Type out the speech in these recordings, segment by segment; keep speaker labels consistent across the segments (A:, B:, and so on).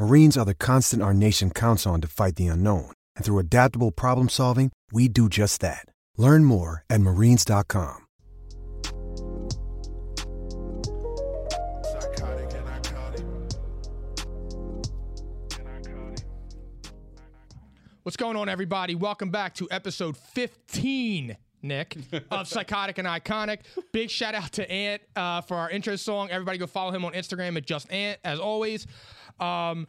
A: Marines are the constant our nation counts on to fight the unknown. And through adaptable problem solving, we do just that. Learn more at marines.com.
B: Psychotic and iconic.
C: What's going on, everybody? Welcome back to episode 15, Nick, of Psychotic and Iconic. Big shout out to Ant uh, for our intro song. Everybody go follow him on Instagram at Just Ant, as always. Um,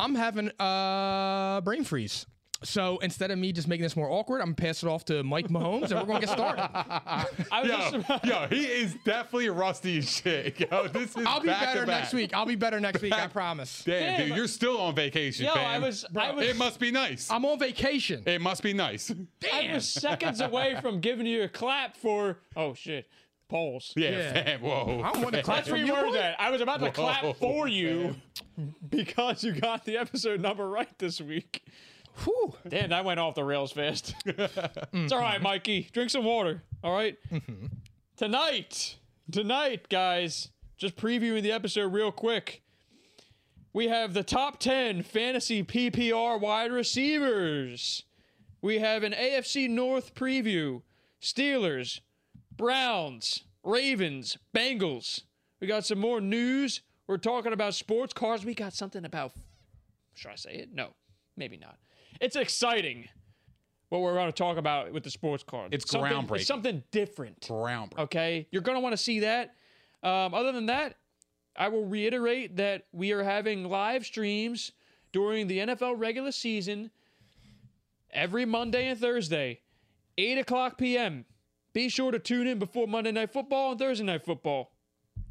C: I'm having a brain freeze. So instead of me just making this more awkward, I'm going to pass it off to Mike Mahomes and we're going to get started.
D: I was
E: Yo,
D: just
E: yo, he is definitely rusty as shit. Yo, this is
C: I'll be
E: back to
C: better
E: back.
C: next week. I'll be better next week, I promise.
E: Damn,
D: Damn.
E: dude, you're still on vacation,
D: Yo,
E: fam.
D: I was- I was-
E: It must be nice.
C: I'm on vacation.
E: it must be nice.
D: I was seconds away from giving you a clap for oh shit polls.
E: Yeah,
C: Yeah.
E: fam. Whoa.
C: I don't want to clap
D: Let's
C: from you.
D: reword that. I was about to
E: Whoa,
D: clap for you because you got the episode number right this week.
C: Whew.
D: Damn, that went off the rails fast. it's all right, Mikey. Drink some water. All right?
E: Mm-hmm.
D: Tonight, tonight, guys, just previewing the episode real quick. We have the top 10 fantasy PPR wide receivers. We have an AFC North preview Steelers, Browns, Ravens, Bengals. We got some more news. We're talking about sports cars. We got something about. Should I say it? No, maybe not. It's exciting what we're going to talk about with the sports cars.
E: It's
D: something,
E: groundbreaking.
D: It's something different.
E: Brown.
D: Okay. You're going to want to see that. Um, other than that, I will reiterate that we are having live streams during the NFL regular season every Monday and Thursday, 8 o'clock p.m. Be sure to tune in before Monday Night Football and Thursday Night Football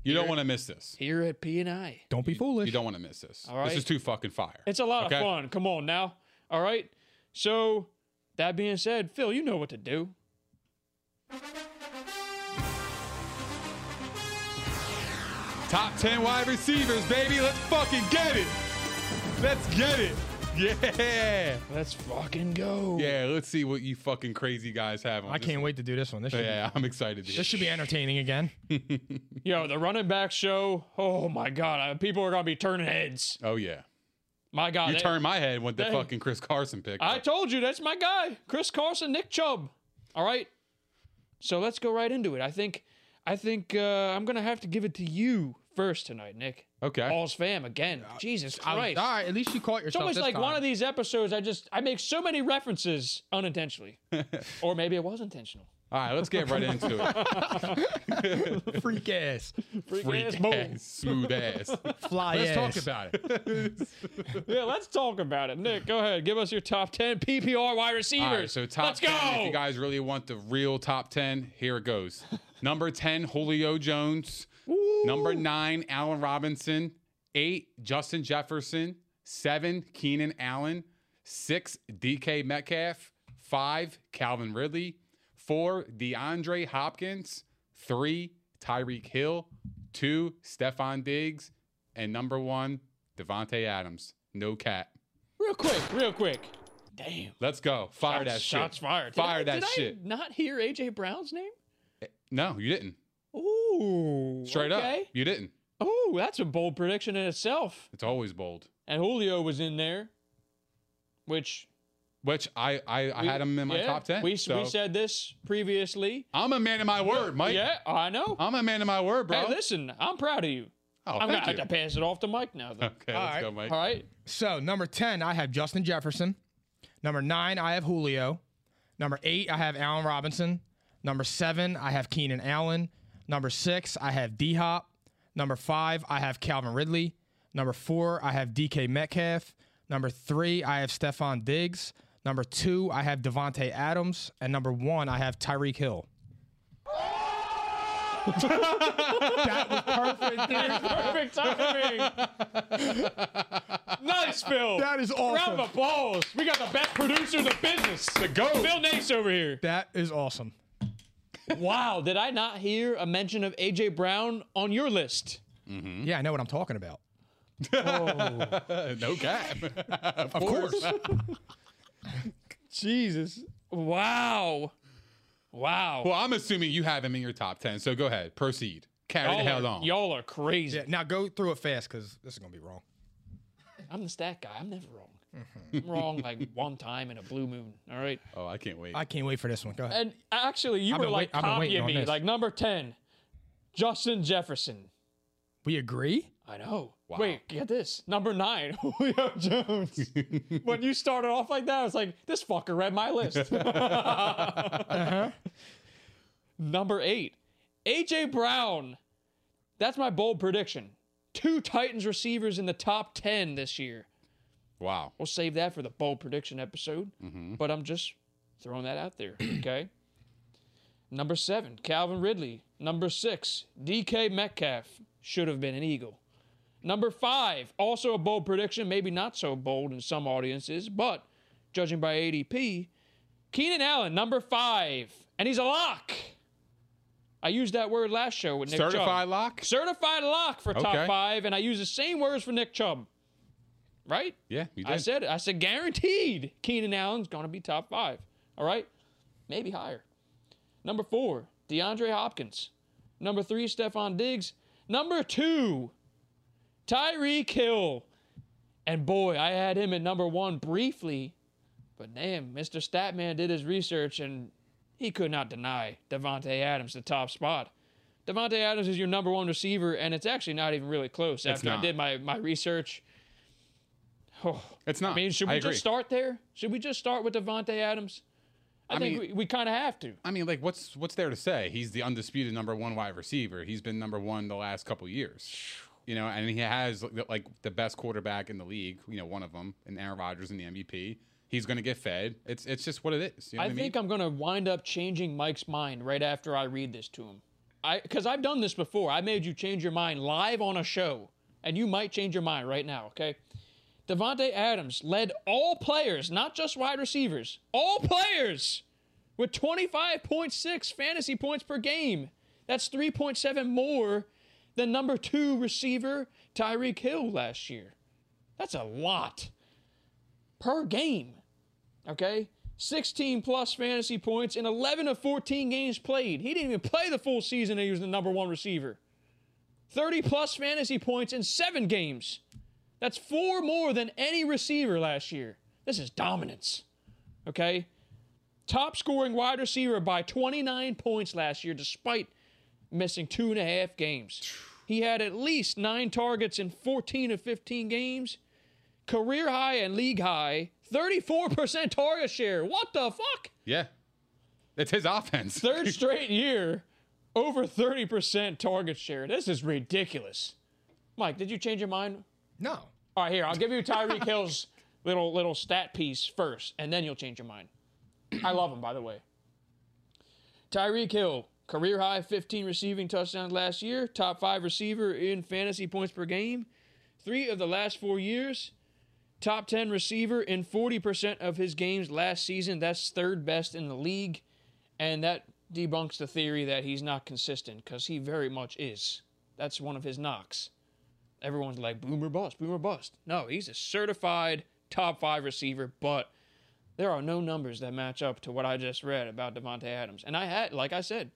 E: You don't want to miss this.
D: here at P&I.
C: Don't be foolish.
E: You don't want to miss this.
D: All right.
E: This is too fucking fire.
D: It's a lot
E: Okay.
D: of fun. Come on now. All right. So, that being said, Phil, you know what to do.
E: Top 10 wide receivers, baby. Let's fucking get it. Let's get it. Yeah.
D: Let's fucking go.
E: Yeah, let's see what you fucking crazy guys have on
C: I
E: this
C: can't
E: one.
C: wait to do this one. This should,
E: Yeah, I'm excited. to hear
C: this should be entertaining again.
D: Yo, the running back show. Oh my God, I- people are gonna be turning heads.
E: it. Oh, yeah.
D: My God,
E: You
D: that-
E: turned my head with the
D: they-
E: fucking Chris Carson pick.
D: Oh, I told you that's my guy, Chris Carson, Nick Chubb. All right, so let's go right into it. I think, I think uh, I'm gonna have to give it to you first tonight, Nick.
E: Okay.
D: All's fam again. Jesus
C: I-
D: Christ.
C: All right, at least you caught yourself.
D: It's almost
C: this
D: like one
C: time.
D: of these episodes. I just I make so many references unintentionally, or maybe it was intentional.
E: All right, let's get right into it.
C: freak ass
D: Freak ass
E: Freak
D: move.
E: ass, smooth ass.
C: fly
E: Let's
C: ass.
E: talk about it.
D: Yeah, let's talk about it. Nick, go ahead. Give us your top ten PPR wide receivers.
E: All right, so top
D: let's go.
E: 10, if you guys really want the real top 10, here it goes. Number 10, Julio Jones. Number 9, Allen Robinson. 8, Justin Jefferson. 7, Keenan Allen. 6, DK Metcalf. 5, Calvin Ridley. 4, DeAndre Hopkins. 3, Tyreek Hill. 2, Stefan Diggs. And number 1, Devontae Adams. No cat.
D: Real quick, real quick. Damn.
E: Let's go. Fire that shit.
D: Shots fired. Did
E: Fire
D: I-
E: that
D: did I
E: shit.
D: not hear AJ Brown's name?
E: No, you didn't.
D: Ooh.
E: Straight up. You didn't.
D: up. Ooh, that's a bold prediction in itself.
E: It's always bold.
D: And Julio was in there, which
E: Which I I, I
D: we-
E: had him in my
D: yeah,
E: top ten.
D: We, s-
E: so.
D: we said this previously.
E: I'm a man of my word, Mike.
D: Yeah, I know.
E: I'm a man of my word, bro.
D: Hey, listen, I'm proud of you.
E: oh,
D: I'm gonna
E: thank
D: have
E: you.
D: to pass it off to Mike now, though.
E: Okay, let's
C: right.
E: go, Mike.
D: All right.
C: So number ten, I have Justin Jefferson. Number nine, I have Julio. Number eight, I have Allen Robinson. Number seven, I have Keenan Allen. Number six, I have D Hop. Number five, I have Calvin Ridley. Number four, I have DK Metcalf. Number three, I have Stefan Diggs. Number two, I have Devonte Adams. And number one, I have Tyreek Hill.
D: Perfect timing. nice, Phil.
C: That is awesome.
D: Round of applause. We got the best producer in the business. The go. Phil Nace over here.
C: That is awesome.
D: Wow, did I not hear a mention of AJ Brown on your list?
C: Yeah, I know what I'm talking about.
E: no cap. of,
D: Jesus. Wow. Wow.
E: Well, I'm assuming you have him in your top 10. So go ahead, proceed. Carry the hell
D: are,
E: on.
D: Oh, y'all are crazy.
C: Yeah, now go through it fast because this is gonna be wrong.
D: I'm the stat guy. I'm never wrong.
C: Mm-hmm.
D: I'm wrong like one time in a blue moon. All right.
E: Oh, I can't wait.
C: I can't wait for this one. Go ahead.
D: And actually, you
C: I've
D: were
C: been
D: like
C: wait- I've been waiting
D: copying
C: on
D: me.
C: this.
D: Like number 10, Justin Jefferson.
C: We agree?
D: I know. Wait, get this. Number nine, Julio Jones. when you started off like that, I was like, this fucker read my list. Number eight, AJ Brown. That's my bold prediction. Two Titans receivers in the top 10 this year.
E: wow.
D: We'll save that for the bold prediction episode,
E: Mm-hmm.
D: but I'm just throwing that out there, okay? Number seven, Calvin Ridley. Number six, DK Metcalf. Should have been an Eagle. Number five, also a bold prediction, maybe not so bold in some audiences, but judging by ADP, Keenan Allen, number five, and he's a lock. I used that word last show with Nick Chubb.
E: Certified lock?
D: Certified lock for top
E: Okay.
D: five, and I use the same words for Nick Chubb. Right?
E: Yeah, you did.
D: I said it. I said guaranteed Keenan Allen's gonna be top five. All right? Maybe higher. Number four, DeAndre Hopkins. Number three, Stephon Diggs. Number two, Tyreek Hill. And boy, I had him at number one briefly, but damn, Mr. Statman did his research and he could not deny Devontae Adams the top spot. Devontae Adams is your number one receiver, and it's actually not even really close after I
E: not.
D: did my, my research. Oh,
E: It's not.
D: I mean, should we
E: I agree.
D: just start there? Should we just start with Devontae Adams? I,
E: I
D: think
E: mean-
D: we, we kind of have to.
E: I mean, like, what's what's there to say? He's the undisputed number one wide receiver. He's been number one the last couple years, you know, and he has like, the- like the best quarterback in the league, you know, one of them, and Aaron Rodgers in the MVP. He's going to get fed. It's it's just what it is. You know
D: I
E: what
D: think
E: I mean?
D: I'm gonna wind up changing Mike's mind right after I read this to him. I because I've done this before. I made you change your mind live on a show, and you might change your mind right now. Okay. Devonte Adams led all players, not just wide receivers, all players with 25.6 fantasy points per game. That's 3.7 more than number two receiver Tyreek Hill last year. That's a lot per game. Okay? 16 plus fantasy points in 11 of 14 games played. He didn't even play the full season and he was the number one receiver. 30 plus fantasy points in seven games. That's four more than any receiver last year. This is dominance. Okay? Top scoring wide receiver by 29 points last year, despite missing two and a half games. He had at least nine targets in 14 of 15 games career high and league high, 34% target share. What the fuck?
E: yeah, it's his offense.
D: Third straight year, over 30% target share. This is ridiculous. Mike, did you change your mind?
C: No.
D: All right, here, I'll give you Tyreek Hill's little little stat piece first, and then you'll change your mind. I love him, by the way. Tyreek Hill, career high 15 receiving touchdowns last year, top five receiver in fantasy points per game, three of the last four years, top 10 receiver in 40% of his games last season. That's third best in the league, and that debunks the theory that he's not consistent because he very much is. That's one of his knocks everyone's like boomer bust, boomer bust. No, he's a certified top five receiver, but there are no numbers that match up to what I just read about Devontae Adams. And I had, like I said,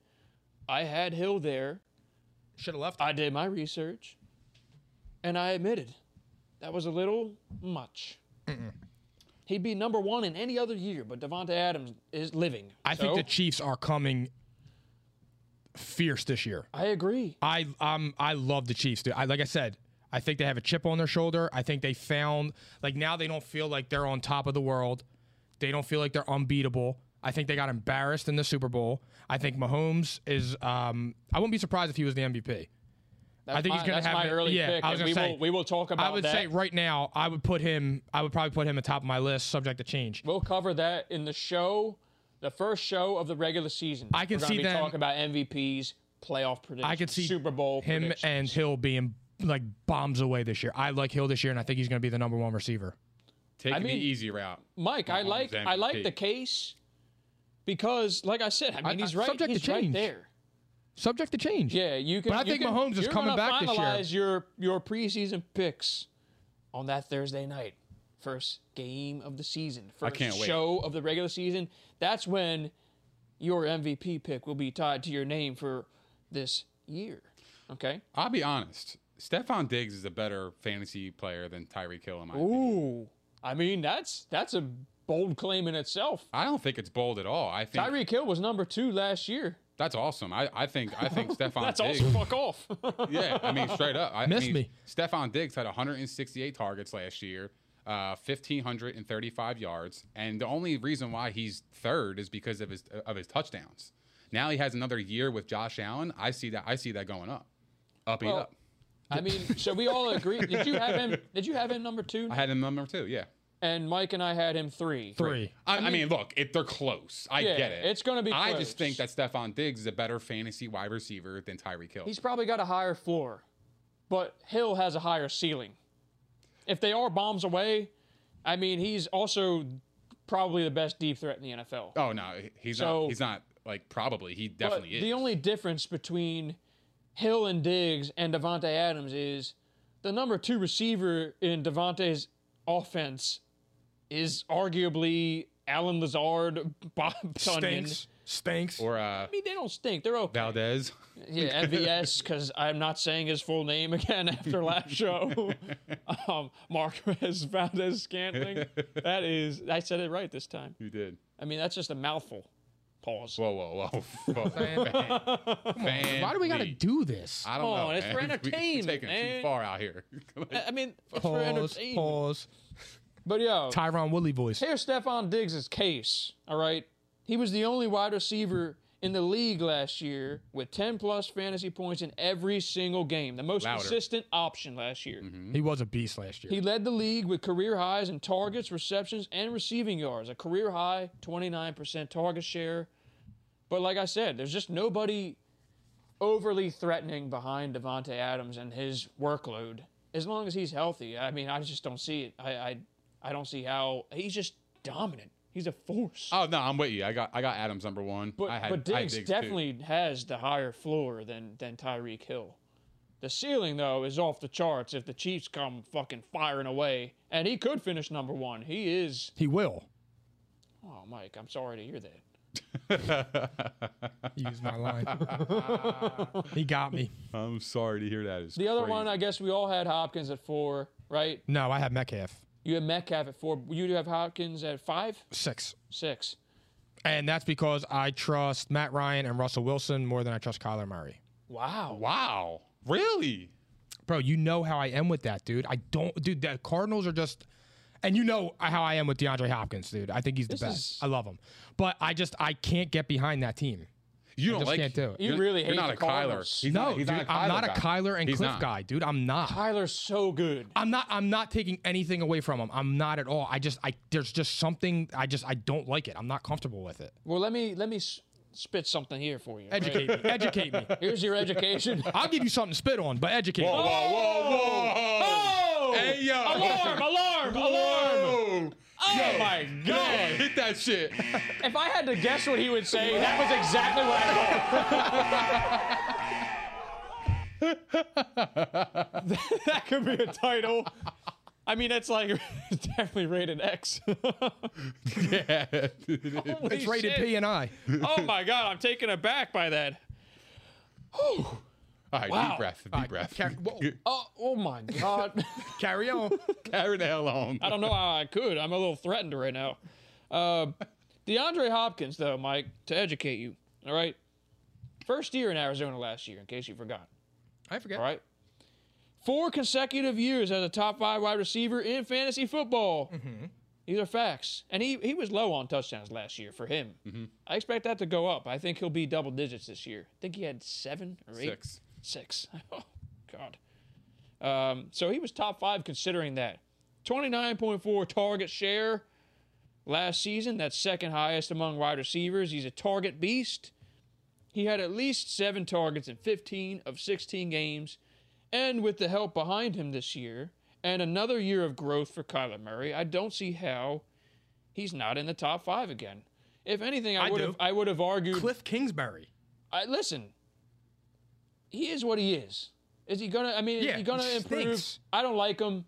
D: I had Hill there.
C: Should have left.
D: I did my research, and I admitted that was a little much. He'd be number one in any other year, but Devontae Adams is living.
C: I think
D: So,
C: the Chiefs are coming fierce this year.
D: I agree.
C: I um I love the Chiefs, dude. I like I said, I think they have a chip on their shoulder. I think they found like now they don't feel like they're on top of the world. They don't feel like they're unbeatable. I think they got embarrassed in the Super Bowl. I think Mahomes is. Um, I wouldn't be surprised if he was the MVP.
D: That's
C: I think
D: my,
C: he's going
D: that's
C: to have
D: my
C: it-
D: early
C: yeah,
D: pick.
C: I
D: and
C: was gonna
D: we
C: say,
D: will we will talk about
C: I would
D: that.
C: say right now, I would put him. I would probably put him at top of my list, subject to change.
D: We'll cover that in the show, the first show of the regular season.
C: I can
D: We're gonna
C: see
D: be
C: them-
D: talking about MVPs, playoff predictions,
C: I could see
D: Super Bowl
C: him
D: predictions.
C: and Hill being like bombs away this year. I like Hill this year, and I think he's going to be the number one receiver.
E: Taking
D: mean-
E: the easy route.
D: Mike. I
E: Mahomes
D: like I like
E: MVP.
D: the case because, like I said, I mean
C: I-
D: he's
C: I-
D: right.
C: subject to
D: he's right
C: change.
D: there.
C: Subject to change.
D: Yeah, you can.
C: But I
D: you
C: think
D: can-
C: Mahomes is
D: you're
C: coming
D: gonna
C: back this year.
D: Finalize your your preseason picks on that Thursday night, first game of the season, first
E: can't wait.
D: show of the regular season. That's when your MVP pick will be tied to your name for this year. Okay.
E: I'll be honest. Stefan Diggs is a better fantasy player than Tyreek Hill in my opinion.
D: Ooh, I mean that's that's a bold claim in itself.
E: I don't think it's bold at all. I think
D: Tyreek Hill was number two last year.
E: that's awesome. I, I think I think Stefan
D: That's
E: Diggs.
D: also fuck off.
E: Yeah, I mean straight up. I
C: Missed
E: mean,
C: me.
E: Stefan Diggs had 168 targets last year, uh, 1535 yards, and the only reason why he's third is because of his of his touchdowns. Now he has another year with Josh Allen. I see that I see that going up, up and
D: Well,
E: up.
D: I mean, so we all agree. Did you have him? Did you have him number two?
E: I had him number two. Yeah.
D: and Mike and I had him three.
C: Three.
E: I, I mean, look, it, they're close. I
D: Yeah,
E: get it.
D: it's gonna be
E: I
D: close.
E: just think that Stefan Diggs is a better fantasy wide receiver than Tyreek Hill.
D: He's probably got a higher floor, but Hill has a higher ceiling. If they are bombs away, I mean, he's also probably the best deep threat in the NFL.
E: oh no, he- he's
D: So-
E: not. He's not like probably. He
D: But
E: definitely is.
D: the only difference between Hill and Diggs and Devontae Adams is the number two receiver in Devontae's offense is arguably Alan Lazard, Bob Tunyon.
C: Stinks. Stinks.
E: or uh,
D: I mean, they don't stink. They're okay.
E: Valdez.
D: Yeah, MVS, because I'm not saying his full name again after last show. um, Marquez Valdez Scantling. That is, I said it right this time.
E: You did.
D: I mean, that's just a mouthful. Pause.
E: Whoa, whoa, whoa. whoa. Fan
C: Why do we got to
E: lead.
C: do this?
E: I don't
D: Come
E: know.
D: on, it's for
E: man. We-
D: entertainment,
E: We're taking it
D: man.
E: too far out here.
D: I I mean, it's for
C: Pause.
D: entertainment.
C: Pause.
D: But yo,
C: Tyron Woodley voice.
D: here's Stephon Diggs' case. All right, he was the only wide receiver in the league last year with 10 plus fantasy points in every single game. The most
E: Louder.
D: consistent option last year.
C: He was a beast last year.
D: He led the league with career highs in targets, receptions, and receiving yards, a career high 29% target share. But like I said, there's just nobody overly threatening behind Devonte Adams and his workload. As long as he's healthy, I mean, I just don't see it. I, I, I don't see how he's just dominant. He's a force.
E: oh no, I'm with you. I got I got Adams number one.
D: But
E: I had,
D: but
E: I had
D: Diggs,
E: too.
D: definitely has the higher floor than than Tyreek Hill. The ceiling though is off the charts if the Chiefs come fucking firing away, and he could finish number one. He is.
C: He will.
D: Oh, Mike, I'm sorry to hear that.
C: Use my line. he got me.
E: I'm sorry to hear that. It's
D: The other
E: crazy.
D: one, I guess we all had Hopkins at four, right?
C: No, I have Metcalf
D: You had Metcalf at four. You do have Hopkins at five,
C: six,
D: six.
C: and that's because I trust Matt Ryan and Russell Wilson more than I trust Kyler Murray.
D: Wow.
E: Wow, really?
C: Bro, you know how I am with that, dude. I don't, dude. The Cardinals are just, and you know how I am with DeAndre Hopkins, dude. I think he's the
D: This
C: best.
D: is-
C: I love him, but I just I can't get behind that team.
E: You don't
C: just
E: like?
C: can't do it.
D: You
E: you're-
D: really
E: you're
D: hate
E: not
D: the
E: a Kyler.
D: Cardinals.
E: He's
C: no,
E: not, he's
C: dude,
E: not a Kyler
C: I'm not a
E: guy.
C: Kyler and
E: He's
C: Cliff
E: not.
C: guy, dude. I'm not.
D: Tyler's so good.
C: I'm not. I'm not taking anything away from him. I'm not at all. I just. I there's just something. I just. I don't like it. I'm not comfortable with it.
D: Well, let me let me s- spit something here for you. right?
C: Educate me. Educate me.
D: Here's your education.
C: I'll give you something to spit on, but educate
E: Whoa,
C: me.
E: whoa, whoa, whoa!
D: Oh!
E: Hey yo!
D: Alarm! Alarm! Alarm!
E: Whoa!
D: Oh my
E: Man,
D: god!
E: hit that shit.
D: If I had to guess what he would say, that was exactly what I thought. that could be a title. I mean, that's like definitely rated X.
E: yeah.
C: It's rated P and I.
D: Oh my god, I'm taken aback by that.
E: All right,
D: Wow.
E: deep breath, deep breath.
C: Car- whoa.
D: Oh, oh my god.
C: Carry on.
E: Carry the hell on.
D: I don't know how I could. I'm a little threatened right now. Uh, DeAndre Hopkins, though, Mike, to educate you. All right. First year in Arizona last year, in case you forgot.
C: I forget.
D: All right. Four consecutive years as a top five wide receiver in fantasy football. These are facts. And he, he was low on touchdowns last year for him. I expect that to go up. I think he'll be double digits this year. I think he had seven or eight.
E: Six.
D: Six. Oh, God. Um, so he was top five considering that. 29.4 target share last season. That's second highest among wide receivers. He's a target beast. He had at least seven targets in 15 of 16 games. And with the help behind him this year and another year of growth for Kyler Murray, I don't see how he's not in the top five again. If anything, I
C: I
D: would
C: do.
D: have I would have argued
C: Cliff Kingsbury.
D: I listen. He is what he is. Is he gonna? I mean,
C: Yeah,
D: is he gonna
C: he
D: improve?
C: stinks.
D: I don't like him,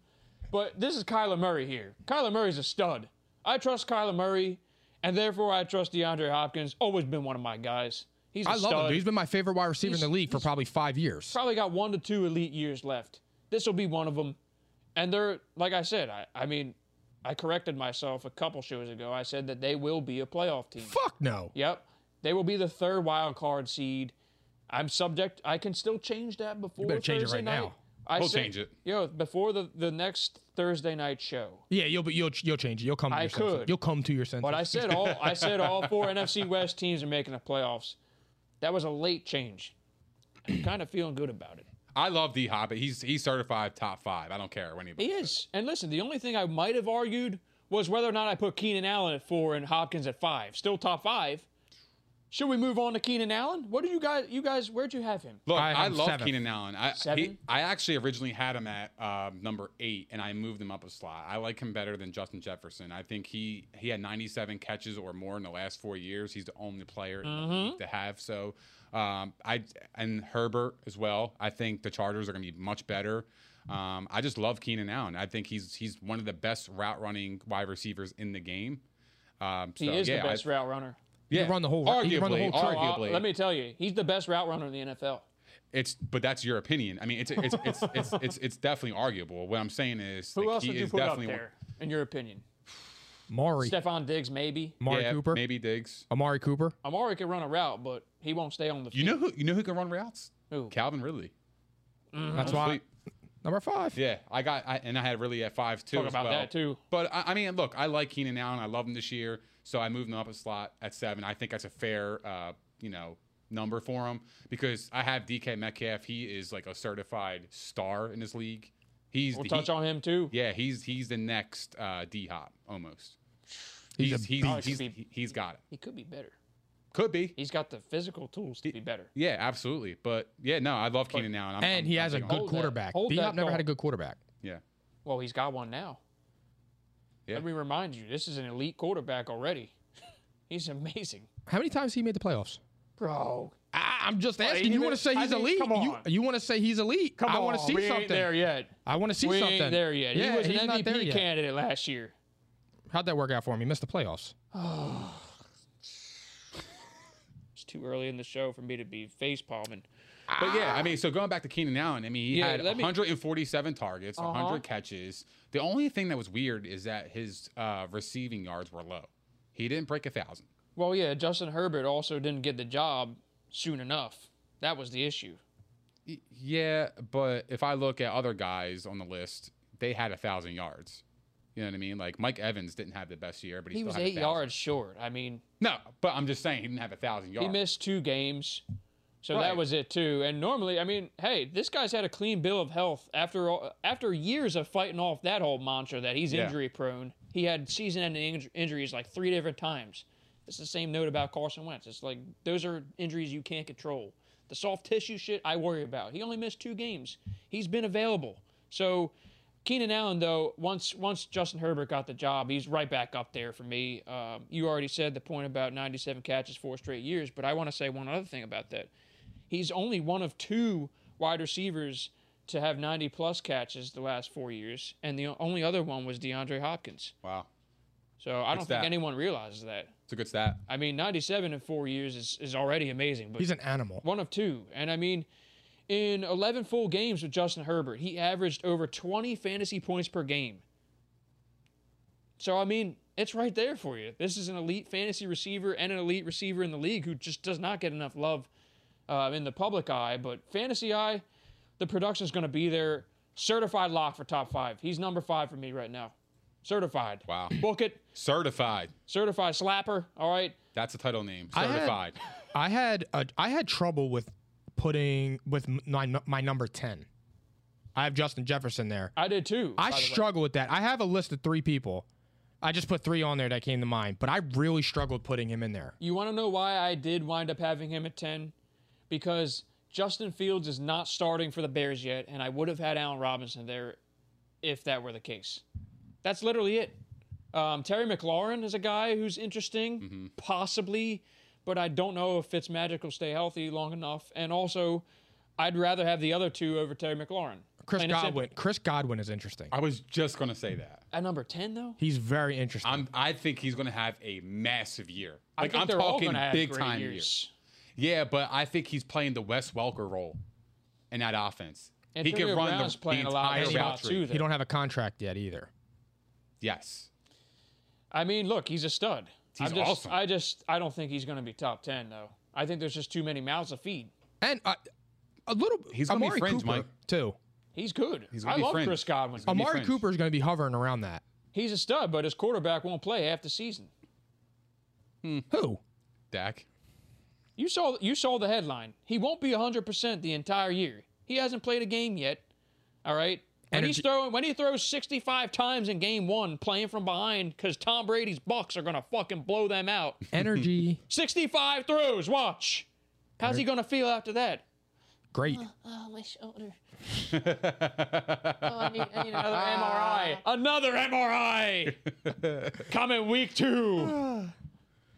D: but this is Kyler Murray here. Kyler Murray's a stud. I trust Kyler Murray, and therefore I trust DeAndre Hopkins. Always been one of my guys. He's a
C: I love
D: stud.
C: him. dude. He's been my favorite wide receiver in the
D: He's-
C: league for probably five years.
D: probably got one to two elite years left. This will be one of them. And they're like I said. I, I mean, I corrected myself a couple shows ago. I said that they will be a playoff team.
C: Fuck no.
D: Yep. They will be the third wild card seed. I'm subject. I can still change that before.
C: better change it
D: Thursday
C: right
D: night.
C: now.
D: I
E: We'll
D: said-
E: change it.
D: Yo, before the, the next Thursday night show.
C: Yeah, you'll be you'll you'll change it. You'll come. To
D: I
C: your senses.
D: could.
C: You'll come to your senses.
D: But I said all I said all four NFC West teams are making the playoffs. That was a late change. I'm kind of feeling good about it.
E: I love D Hop. He's he's certified top five. I don't care what anybody.
D: He is. And listen, the only thing I might have argued was whether or not I put Keenan Allen at four and Hopkins at five. Still top five. Should we move on to Keenan Allen? What did you guys you guys where'd you have him?
E: Look,
C: I
E: I,
C: am
E: love
C: seventh.
E: Keenan Allen. I
D: Seven?
E: He, I actually originally had him at um, number eight, and I moved him up a slot. I like him better than Justin Jefferson. I think he he had 97 catches or more in the last four years. He's the only player in the league to have. So, um, I and Herbert as well. I think the Chargers are going to be much better. Um, I just love Keenan Allen. I think he's he's one of the best route running wide receivers in the game. Um,
D: He
E: so,
D: is
E: yeah,
D: the best
E: I,
D: route runner.
E: yeah,
C: can run the whole-
E: arguably,
C: he can run the whole
D: Well,
E: arguably.
D: let me tell you, he's the best route runner in the NFL.
E: It's but that's your opinion. I mean, it's it's it's it's it's, it's definitely arguable. What I'm saying is,
D: Who
E: like,
D: else
E: he
D: would you
E: is
D: put up
E: definitely one-
D: there, in your opinion?
C: Mari.
D: Stephon Diggs, maybe.
C: Amari
E: yeah,
C: Cooper.
E: maybe Diggs.
C: Amari Cooper.
D: Amari could run a route, but he won't stay on the
E: You
D: field.
E: know who you know who can run routes?
D: Who?
E: Calvin Ridley.
C: That's why
E: Sweet.
C: number five.
E: Yeah, I got I, and I had Ridley at five too.
D: Talk
E: as
D: about
E: well.
D: that, too.
E: But I, I mean, look, I like Keenan Allen. I love him this year, so I moved him up a slot at seven. I think that's a fair, uh, you know, number for him because I have DK Metcalf. He is like a certified star in this league. He's
D: We'll
E: the,
D: touch
E: he-
D: on him too.
E: Yeah, he's he's the next uh, D Hop almost.
C: He's
E: He's
C: a
E: he's,
D: beast.
E: he's,
D: Be-
E: he's got it.
D: He could be better.
E: Could be.
D: He's got the physical tools to be better.
E: Yeah, absolutely. But yeah, no, I love Keenan Allen. I'm,
C: And
E: I'm-
C: he
E: I'm
C: has a
E: big on him.
C: good
D: Hold that.
C: quarterback.
D: Hold
C: D Hop
D: that
C: never had a
D: thought.
C: good quarterback.
E: Yeah.
D: Well, he's got one now.
E: Yeah.
D: Let me remind you, this is an elite quarterback already. he's amazing,
C: How many times he made the playoffs?
D: bro.
C: I, I'm just asking.
D: he
C: you want to
D: was-
C: say
D: I
C: he's
D: mean,
C: elite?
D: come
C: You,
D: on.
C: you want to say he's elite?
D: Come
C: I
D: on,
C: want to see
D: we
C: something.
D: Ain't there yet?
C: I want to see
D: we
C: something.
D: ain't there yet.
C: Yeah,
D: he was an
C: he's not there
D: MVP
C: yet.
D: candidate last year.
C: How'd that work out for him? He missed the playoffs.
D: It's too early in the show for me to be face palming.
E: But yeah, I mean, so going back to Keenan Allen, I mean, he
D: Yeah,
E: had
D: let me-
E: 147 targets,
D: Uh-huh.
E: 100 catches. The only thing that was weird is that his uh, receiving yards were low. He didn't break a thousand.
D: Well, yeah, Justin Herbert also didn't get the job soon enough. That was the issue.
E: Yeah, but if I look at other guys on the list, they had a thousand yards. You know what I mean? Like Mike Evans didn't have the best year, but he,
D: He
E: still
D: was
E: had a
D: eight
E: 1,000.
D: yards short. I mean,
E: No, but I'm just saying he didn't have a thousand yards.
D: he missed two games, so
E: Right.
D: that was it too. And normally, I mean, hey, this guy's had a clean bill of health after all, after years of fighting off that whole mantra that he's
E: Yeah.
D: injury prone. He had season-ending inj- injuries like three different times. It's the same note about Carson Wentz. It's like those are injuries you can't control. The soft tissue shit I worry about. He only missed two games. He's been available. So Keenan Allen, though, once once Justin Herbert got the job, he's right back up there for me. Um, you already said the point about 97 catches four straight years, but I want to say one other thing about that. He's only one of two wide receivers to have 90 plus catches the last four years, and the only other one was DeAndre Hopkins.
E: Wow,
D: So I don't
E: What's
D: think
E: that?
D: anyone realizes that.
E: it's a good stat.
D: I mean, 97 in four years is, is already amazing, but
C: He's an animal.
D: one of two. And I mean, in 11 full games with Justin Herbert, he averaged over 20 fantasy points per game. So, I mean, it's right there for you. This is an elite fantasy receiver and an elite receiver in the league who just does not get enough love uh, in the public eye. But fantasy eye, the production's going to be there. Certified lock for top five. He's number five for me right now. Certified.
E: Wow.
D: Book it.
E: Certified.
D: Certified slapper. All right.
E: That's the title name.
C: I had-
E: Certified.
C: I had a, I had trouble with putting with m- my nu- my number ten. I have Justin Jefferson there.
D: I did too.
C: I
D: Oh, by the way.
C: struggle with that. I have a list of three people. I just put three on there that came to mind, but I really struggled putting him in there.
D: You want to know why I did wind up having him at 10? Because Justin Fields is not starting for the Bears yet, and I would have had Allen Robinson there if that were the case. That's literally it. Um, Terry McLaurin is a guy who's interesting,
E: Mm-hmm.
D: possibly, but I don't know if Fitzmagic will stay healthy long enough. And also, I'd rather have the other two over Terry McLaurin.
C: Chris
D: Plain and
C: Godwin. Chris Godwin is interesting.
E: I was just gonna say that.
D: simple. At number 10, though?
C: He's very interesting.
E: I'm. I think he's gonna have a massive year.
D: I
E: Like
D: think
E: I'm
D: they're all
E: talking
D: gonna have
E: big
D: great
E: time year. Yeah, but I think he's playing the Wes Welker role in that offense. he
D: Antonio
E: can run the-
D: Brown's
E: the,
D: playing a lot
E: entire
D: better now,
E: route
D: too,
E: tree.
D: though.
C: he don't have a contract yet either.
E: Yes.
D: I mean, look, he's a stud.
E: He's
D: I just,
E: awesome.
D: I just, I don't think he's going to be top ten though. I think there's just too many mouths to feed.
C: And uh, a little
E: He's gonna be
C: Amari
E: fringe,
C: Cooper
E: Mike.
C: too.
D: He's good.
E: He's gonna
D: I
E: be
D: love
E: fringe.
D: Chris Godwin.
E: He's gonna be
C: Amari
E: fringe.
C: Cooper is going to be hovering around that.
D: He's a stud, but his quarterback won't play half the season.
C: Who?
E: Dak.
D: You saw, you saw the headline. He won't be 100 percent the entire year. He hasn't played a game yet. All right. When he's
C: Energy-
D: throwing, when he throws 65 times in game one, playing from behind, because Tom Brady's Bucks are gonna fucking blow them out.
C: Energy.
D: 65 throws. Watch. How's he gonna feel after that?
C: Great.
B: Oh, my shoulder.
D: Another MRI. Ah. Another MRI. Coming week two.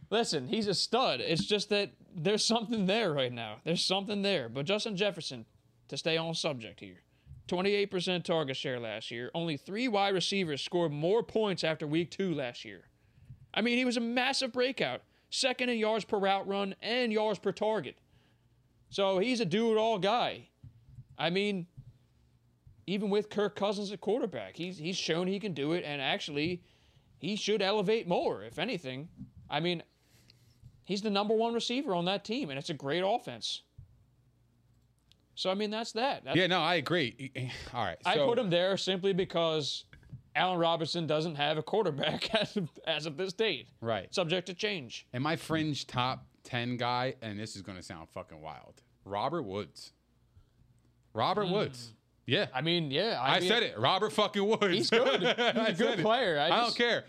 D: Listen, he's a stud. It's just that there's something there right now. There's something there. But Justin Jefferson, to stay on subject here, 28% target share last year. Only three wide receivers scored more points after week two last year. I mean, he was a massive breakout. Second in yards per route run and yards per target. So he's a do it all guy. I mean, even with Kirk Cousins at quarterback, he's he's shown he can do it, and actually, he should elevate more. If anything, I mean, he's the number one receiver on that team, and it's a great offense. So I mean, that's that. That's,
E: Yeah. No, I agree. All right. So
D: I put him there simply because Allen Robinson doesn't have a quarterback as of, as of this date,
E: Right.
D: subject to change.
E: And my fringe top 10 guy, and this is going to sound fucking wild Robert Woods. Robert Woods. Yeah.
D: Hmm. I mean, yeah,
E: I,
D: mean,
E: said it. Robert fucking Woods.
D: He's good. He's a good player. I,
E: I,
D: just-
E: don't care.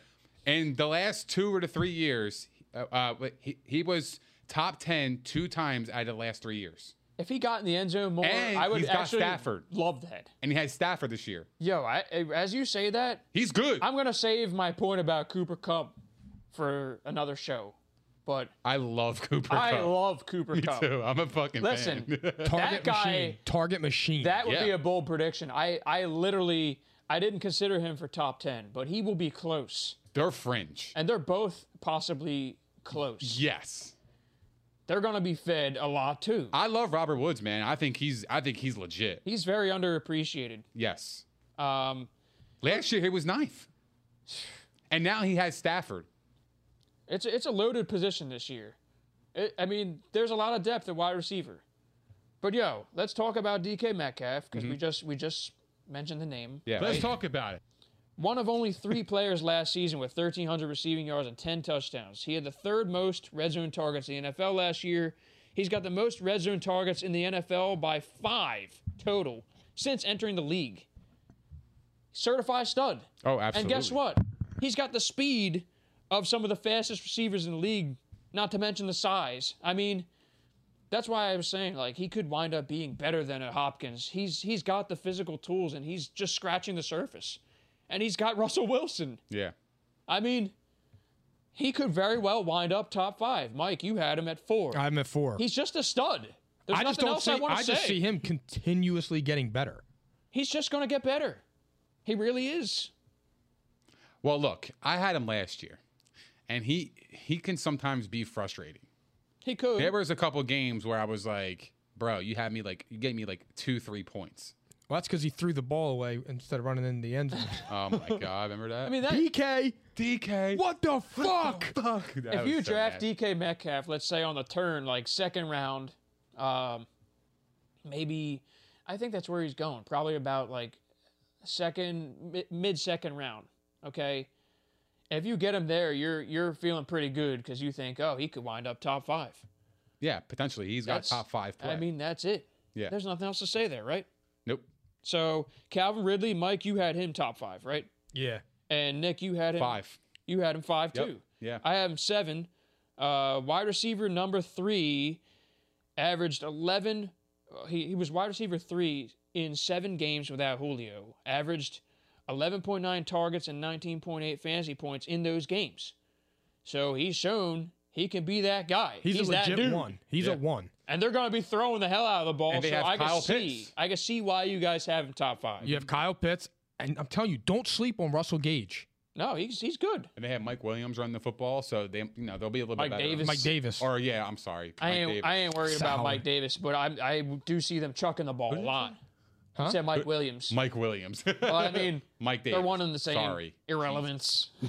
E: In the last two or the three years, uh, uh, he, he was top 10 two times out of the last three years.
D: If he got in the end zone more,
E: And
D: I would
E: he's got
D: actually
E: Stafford.
D: love that.
E: And he had Stafford this year.
D: Yo, I, as you say that,
E: He's good. i
D: I'm gonna save my point about Cooper Cup for another show, but
E: love Cooper
D: I
E: Kupp.
D: love Cooper
E: Me
D: Cup.
E: too. I'm a fucking
D: Listen,
E: fan.
D: that
C: Target machine.
D: guy,
C: Target machine.
D: that would be
E: Yeah.
D: a bold prediction. I, I literally, I didn't consider him for top ten, but he will be close,
E: They're fringe.
D: and they're both possibly close.
E: Yes.
D: They're gonna be fed a lot too.
E: I love Robert Woods, man. I think he's I think he's legit.
D: He's very underappreciated.
E: Yes.
D: Um,
E: Last year he was ninth, and now he has Stafford.
D: It's a, it's a loaded position this year. It, I mean, there's a lot of depth at wide receiver. But yo, let's talk about DK Metcalf because we just we just mentioned the name.
E: Yeah,
F: Let's talk about it.
D: One of only three players last season with 1,300 receiving yards and 10 touchdowns. He had the third most red zone targets in the NFL last year. He's got the most red zone targets in the NFL by five total since entering the league. Certified stud.
E: Oh,
D: And guess
E: absolutely.
D: what? He's got the speed of some of the fastest receivers in the league, not to mention the size. I mean, that's why I was saying like he could wind up being better than a Hopkins. He's he's got the physical tools and he's just scratching the surface. And he's got Russell Wilson.
E: Yeah.
D: I mean, he could very well wind up top five. Mike, you had him at four.
C: I'm at four.
D: he's just a stud. There's
C: I
D: nothing
C: just don't
D: else
C: see.
D: I want to say.
C: just see him continuously getting better.
D: He's just gonna get better. He really is.
E: Well, look, I had him last year, and he he can sometimes be frustrating.
D: He could.
E: There was a couple games where I was like, "Bro, you had me like you gave me like two, three points."
C: Well, that's because he threw the ball away instead of running in the end zone.
E: Oh my god, remember that?
D: I mean that
C: DK,
E: DK.
C: what the fuck?
E: Fuck. That
D: if
E: was
D: you
E: so
D: draft
E: bad.
D: DK Metcalf, let's say on the turn, like second round, um, maybe I think that's where he's going. Probably about like second, mid second round. Okay. If you get him there, you're you're feeling pretty good because you think, oh, he could wind up top five.
E: Yeah, potentially. He's got
D: That's-
E: top five play.
D: I mean, that's it.
E: yeah.
D: There's nothing else to say there, right?
E: Nope.
D: So Calvin Ridley, Mike, you had him top five, right?
C: Yeah.
D: And Nick, you had him
E: Five.
D: You had him five
E: Yep.
D: too.
E: Yeah.
D: I had him seven. Uh, wide receiver number three averaged 11. uh, He, he was wide receiver three in seven games without Julio, averaged 11.9 targets and 19.8 fantasy points in those games. So he's shown he can be that guy.
C: He's, a
D: that
C: legit
D: dude.
C: one. He's
E: Yeah.
C: a one.
D: And they're going to be throwing the hell out of the ball.
E: And they
D: so
E: have
D: I can
E: Kyle
D: see,
E: Pitts.
D: I can see why you guys have him top five.
C: You have Kyle Pitts, and I'm telling you, don't sleep on Russell Gage,
D: No, he's he's good.
E: And they have Mike Williams run the football, so they you know they'll be a little
D: Mike
E: bit better.
D: Davis.
C: Mike Davis.
E: Or yeah, I'm sorry.
D: I
E: Mike
D: ain't
E: Davis.
D: I ain't worried about
C: Solid.
D: Mike Davis, but I I do see them chucking the ball a lot.
C: Huh?
D: Said Mike Williams.
E: Mike Williams.
D: Well, I mean,
E: Mike Davis.
D: they're one and the same.
E: Sorry.
D: Irrelevance.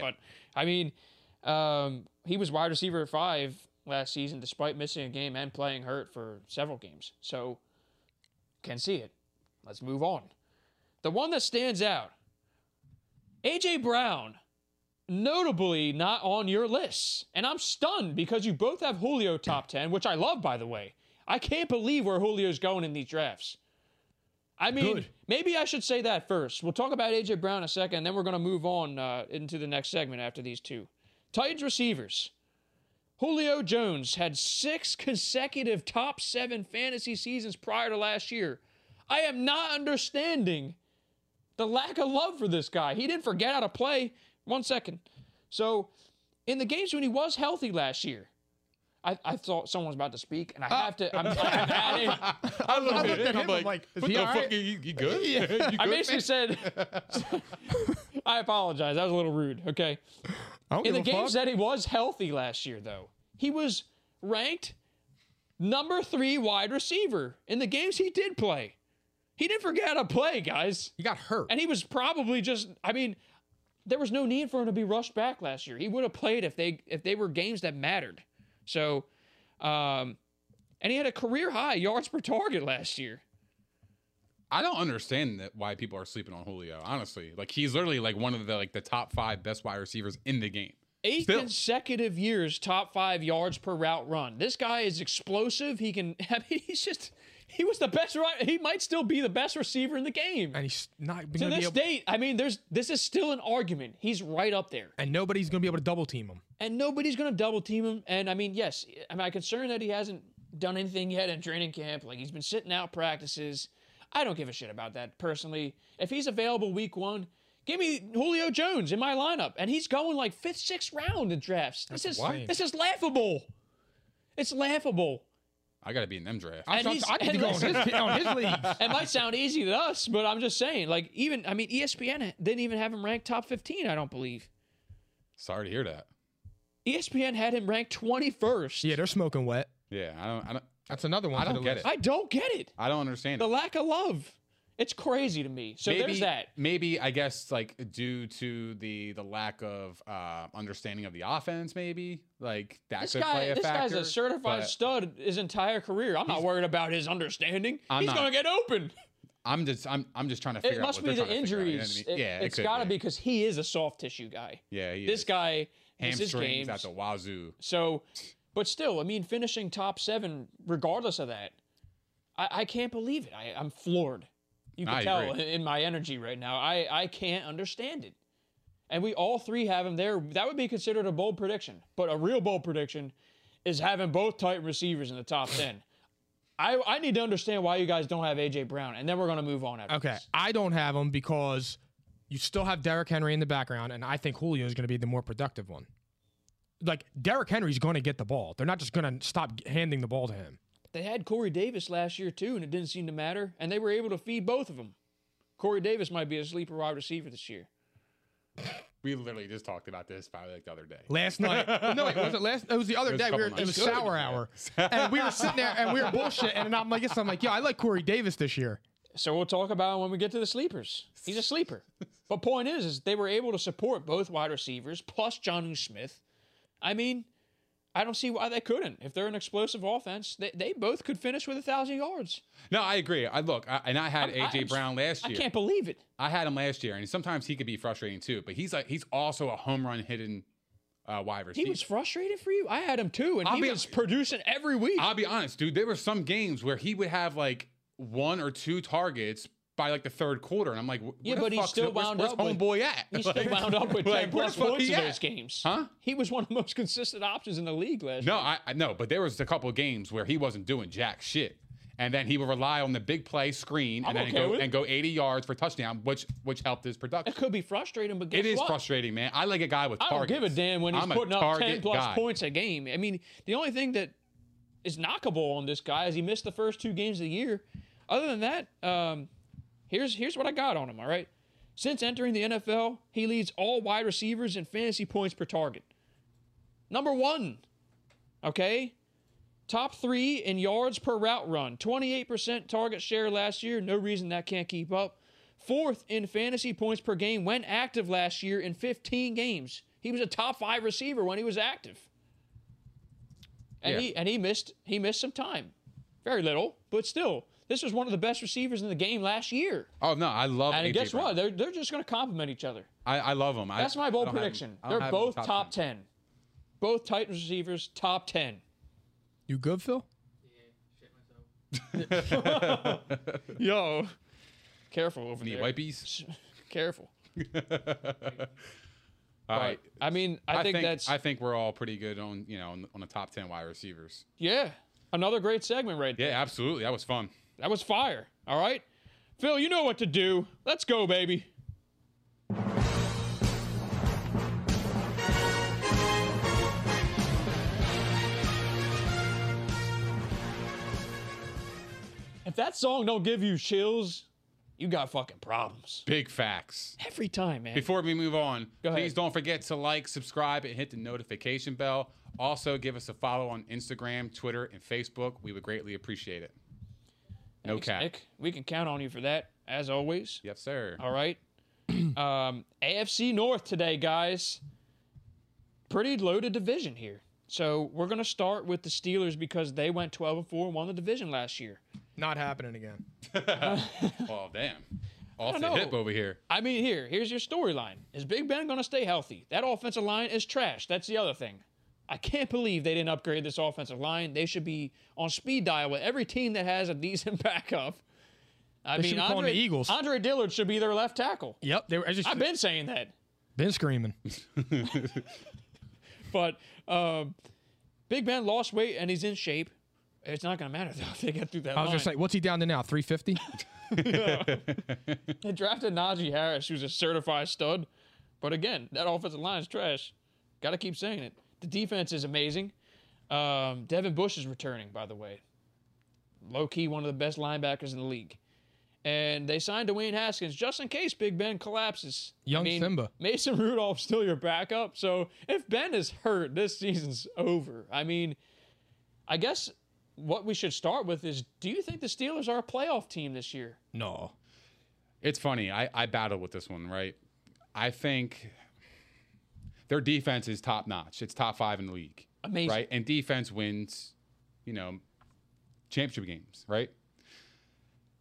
D: But I mean, um, he was wide receiver at five last season, despite missing a game and playing hurt for several games. So can see it. Let's move on. The one that stands out, AJ Brown, notably not on your list, and I'm stunned because you both have Julio top ten, which I love, by the way. I can't believe where Julio's going in these drafts. I mean,
C: Good.
D: maybe I should say that first. We'll talk about AJ Brown in a second, then we're going to move on uh, into the next segment after these two. Titans receivers. Julio Jones had six consecutive top seven fantasy seasons prior to last year. I am not understanding the lack of love for this guy. He didn't forget how to play. One second. So, in the games when he was healthy last year, I, I thought someone was about to speak, and I
C: Ah.
D: have to. I'm, I'm adding.
E: I looked,
C: looked at him, I'm like, is
E: what
C: he
E: the
C: all
E: fuck?
C: right?
E: You, you good? you good?
D: I basically said, I apologize. That was a little rude. Okay.
C: I don't
D: In the
C: give a
D: games
C: fuck.
D: that he was healthy last year, though, he was ranked number three wide receiver in the games he did play. He didn't forget how to play, guys.
C: he got hurt.
D: And he was probably just I mean, there was no need for him to be rushed back last year. He would have played if they if they were games that mattered. So um and he had a career high yards per target last year.
E: I don't understand that why people are sleeping on Julio. Honestly, like he's literally like one of the like the top five best wide receivers in the game.
D: Eight
E: Still.
D: consecutive years top five yards per route run. This guy is explosive. He can I mean he's just he was the best right he might still be the best receiver in the game.
C: And he's not
D: to
C: going to be
D: this
C: able
D: date, I mean, there's this is still an argument. He's right up there.
C: and nobody's going to be able to double team him.
D: and nobody's going to double team him. And I mean, yes, am I concerned that he hasn't done anything yet in training camp? Like he's been sitting out practices. I don't give a shit about that personally. If he's available week one, give me Julio Jones in my lineup, and he's going like fifth, sixth round in drafts. This is
C: lame.
D: this is laughable. It's laughable.
E: I got to be in them draft.
C: I,
D: And
C: thought-
D: he's-
C: I could
D: and
C: go on
D: listen-
C: his, te- on his leagues.
D: It might sound easy to us, but I'm just saying. Like even I mean, E ESPN didn't even have him ranked top 15. I don't believe E
E: Sorry to hear that.
D: ESPN had him ranked 21st.
C: Yeah, they're smoking wet.
E: Yeah, I don't. I don't.
C: That's another one.
E: I
C: for
E: don't
C: the
E: get
C: list.
E: it.
D: I don't get it.
E: I don't understand.
D: the
E: it.
D: lack of love. It's crazy to me. So
E: maybe,
D: there's that.
E: Maybe I guess like due to the the lack of uh understanding of the offense. Maybe like that
D: This
E: could
D: guy,
E: play a
D: this
E: factor.
D: guy's a certified
E: but
D: stud his entire career. I'm not worried about his understanding.
E: I'm
D: he's
E: not.
D: gonna get open.
E: I'm just I'm I'm just trying to figure
D: It
E: out.
D: must
E: what
D: be
E: they're
D: the
E: trying to figure out, you know
D: injuries.
E: what I mean?
D: It,
E: yeah,
D: has
E: it could
D: got to be because he is a soft tissue guy.
E: Yeah, he
D: This
E: is.
D: guy, this is games.
E: hamstrings at the wazoo.
D: So, but still, I mean, finishing top seven, regardless of that, I, I can't believe it. I, I'm floored. You can
E: I
D: tell
E: agree.
D: in my energy right now. I, I can't understand it. And we all three have him there. That would be considered a bold prediction. But a real bold prediction is having both tight receivers in the top 10. I, I need to understand why you guys don't have A.J. Brown. And then we're going to move on after
C: Okay,
D: this.
C: I don't have him because you still have Derrick Henry in the background, and I think Julio is going to be the more productive one. Like Derrick Henry's going to get the ball. They're not just going to stop g- handing the ball to him.
D: They had Corey Davis last year, too, and it didn't seem to matter. And they were able to feed both of them. Corey Davis might be a sleeper wide receiver this year.
E: We literally just talked about this probably like the other day.
C: Last night, no, wait, was it last? It was the other
E: was a
C: day. We were,
E: couple
C: it was
E: nights ago.
C: Sour Hour, and we were sitting there and we were bullshit. And I'm like, yes, I'm like, yeah, I like Corey Davis this year.
D: So we'll talk about him when we get to the sleepers. He's a sleeper. but point is, is they were able to support both wide receivers plus Johnu Smith. I mean, I don't see why they couldn't. If they're an explosive offense, they, they both could finish with a thousand yards.
E: No, I agree. I look, I, and I had
D: I'm-
E: AJ
D: I'm-
E: Brown last
D: I
E: year.
D: can't believe it.
E: I had him last year, and sometimes he could be frustrating too. But he's like he's also a home run hidden uh, wide
D: He
E: receiver.
D: was frustrated for you. I had him too, and
E: I'll
D: he
E: be-
D: was producing every week.
E: I'll be honest, dude. There were some games where he would have like one or two targets by like the third quarter, and I'm like, wh- where
D: Yeah,
E: the
D: but he's
E: fuck's-
D: still
E: where's,
D: wound
E: where's
D: up with-
E: homeboy at?
D: He's still
E: Like-
D: wound up with ten
E: like, where
D: plus
E: the fuck
D: points
E: he
D: in
E: at?
D: those games.
E: Huh?
D: He was one of the most consistent options in the league last
E: No,
D: year.
E: I, I no, but there was a couple of games where he wasn't doing jack shit, and then he would rely on the big play screen
D: I'm
E: and then
D: okay
E: go
D: with it.
E: and go 80 yards for touchdown, which which helped his production.
D: It could be frustrating, but guess
E: It is
D: what?
E: frustrating, man. I like a guy with
D: I don't
E: targets.
D: give a damn when he's
E: I'm a
D: putting up ten
E: target
D: plus
E: guy.
D: points a game. I mean, the only thing that is knockable on this guy is he missed the first two games of the year. Other than that, um, here's here's what I got on him. All right, since entering the NFL, he leads all wide receivers in fantasy points per target. Number one, okay, top three in yards per route run, twenty eight percent target share last year. No reason that can't keep up fourth in fantasy points per game when active last year in 15 games. He was a top five receiver when he was active, and
E: Yeah.
D: he and he missed he missed some time, very little, but still, this was one of the best receivers in the game last year.
E: Oh no, I love.
D: And
E: AJ
D: guess
E: Brown.
D: what? They're, they're just going to compliment each other.
E: I, I love him. I-
D: That's my
E: I
D: bold
E: don't have him-
D: prediction.
E: I don't
D: They're
E: have him in
D: both top, 10. Both Titans receivers top 10.
C: You good, Phil?
D: Yo, careful over
E: Need
D: there.
E: wipies.
D: Careful.
E: All right.
D: I mean, I, think, that's
E: I think we're all pretty good on you know on, on the top ten wide receivers.
D: yeah, another great segment right
E: Yeah, absolutely. That was fun.
D: That was fire. All right. Phil, you know what to do. Let's go, baby. If that song don't give you chills, you got fucking problems.
E: Big facts.
D: Every time, man.
E: Before we move on,
D: Go ahead.
E: please don't forget to like, subscribe, and hit the notification bell. Also, give us a follow on Instagram, Twitter, and Facebook. We would greatly appreciate it. No
D: Thanks,
E: cap.
D: Nick. we can count on you for that, as always.
E: Yes, sir.
D: All right. um, AFC North today, guys. Pretty loaded division here. So we're gonna start with the Steelers because they went 12 and 4 and won the division last year.
C: Not happening again.
E: Oh damn. Off
D: don't
E: the
D: know.
E: hip over here.
D: I mean, here, here's your storyline. Is Big Ben gonna stay healthy? That offensive line is trash. That's the other thing. I can't believe they didn't upgrade this offensive line. They should be on speed dial with every team that has a decent backup. I
C: They should be
D: mean,
C: calling
D: Andre,
C: the Eagles.
D: Andre Dillard should be their left tackle.
C: Yep, they were, I just
D: I've been saying that.
C: been screaming.
D: But um, Big Ben lost weight and he's in shape. It's not gonna matter though if they get through that.
C: I was
D: line.
C: just like, what's he down to now? 350?
D: they drafted Najee Harris, who's a certified stud. But again, that offensive line is trash. Got to keep saying it. The defense is amazing. Um, Devin Bush is returning, by the way. Low key, one of the best linebackers in the league. And they signed Dwayne Haskins just in case Big Ben collapses.
C: Young Simba.
D: Mason Rudolph's still your backup. So if Ben is hurt, this season's over. I mean, I guess what we should start with is do you think the Steelers are a playoff team this year?
C: no.
E: It's funny. I, I battled with this one, right? I think their defense is top notch. It's top five in the league.
D: Amazing.
E: Right? And defense wins, you know, championship games, right?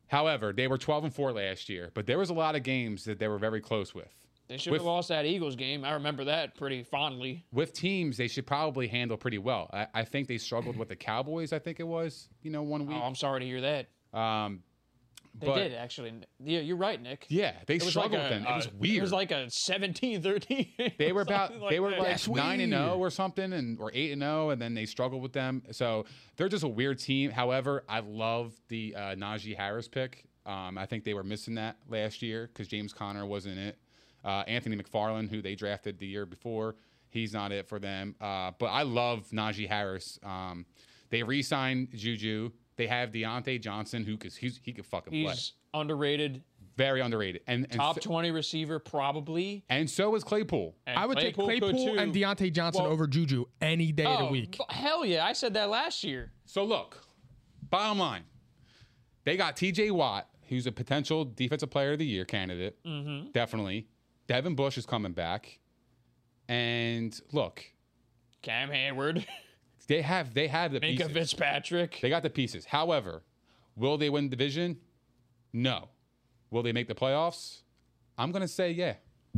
E: However, they were 12 and 4 last year, but there was a lot of games that they were very close with.
D: They should
E: With-
D: have lost that Eagles game. I remember that pretty fondly.
E: With teams, they should probably handle pretty well. I, I think they struggled with the Cowboys, I think it was, you know, one
D: Oh,
E: week.
D: I'm sorry to hear that.
E: Um,
D: Oh. They
E: but
D: did actually. Yeah, you're right, Nick.
E: yeah, they
D: it was like
E: struggled
D: a,
E: with them. It was
D: uh,
E: weird.
D: It was like a 17, 13.
E: they were about
D: something like
E: they were
D: that.
E: like
D: That's
E: nine and
C: weird.
E: zero or something, and or eight and zero, and then they struggled with them. So they're just a weird team. However, I love the uh, Najee Harris pick. Um, I think they were missing that last year because James Conner wasn't it. Uh, Anthony McFarland, who they drafted the year before, he's not it for them. Uh, but I love Najee Harris. Um, they re-signed Juju. They have Deontay Johnson, who because he's he could fucking play.
D: He's underrated,
E: Very underrated. And and,
D: top
E: so,
D: 20 receiver probably.
E: and so is Claypool.
D: And
C: I would take
D: could
C: Claypool
D: too.
C: and Deontay Johnson over Juju any day of
D: Oh,
C: the week.
D: b- hell yeah! I said that last year.
E: So look, bottom line, they got T.J. Watt, who's a potential defensive player of the year candidate,
D: Mm-hmm.
E: definitely. Devin Bush is coming back, and look,
D: Cam Hayward.
E: They have they have the
D: Minka
E: pieces.
D: Fitzpatrick.
E: They got the pieces. However, will they win the division? No. Will they make the playoffs? I'm gonna say yeah.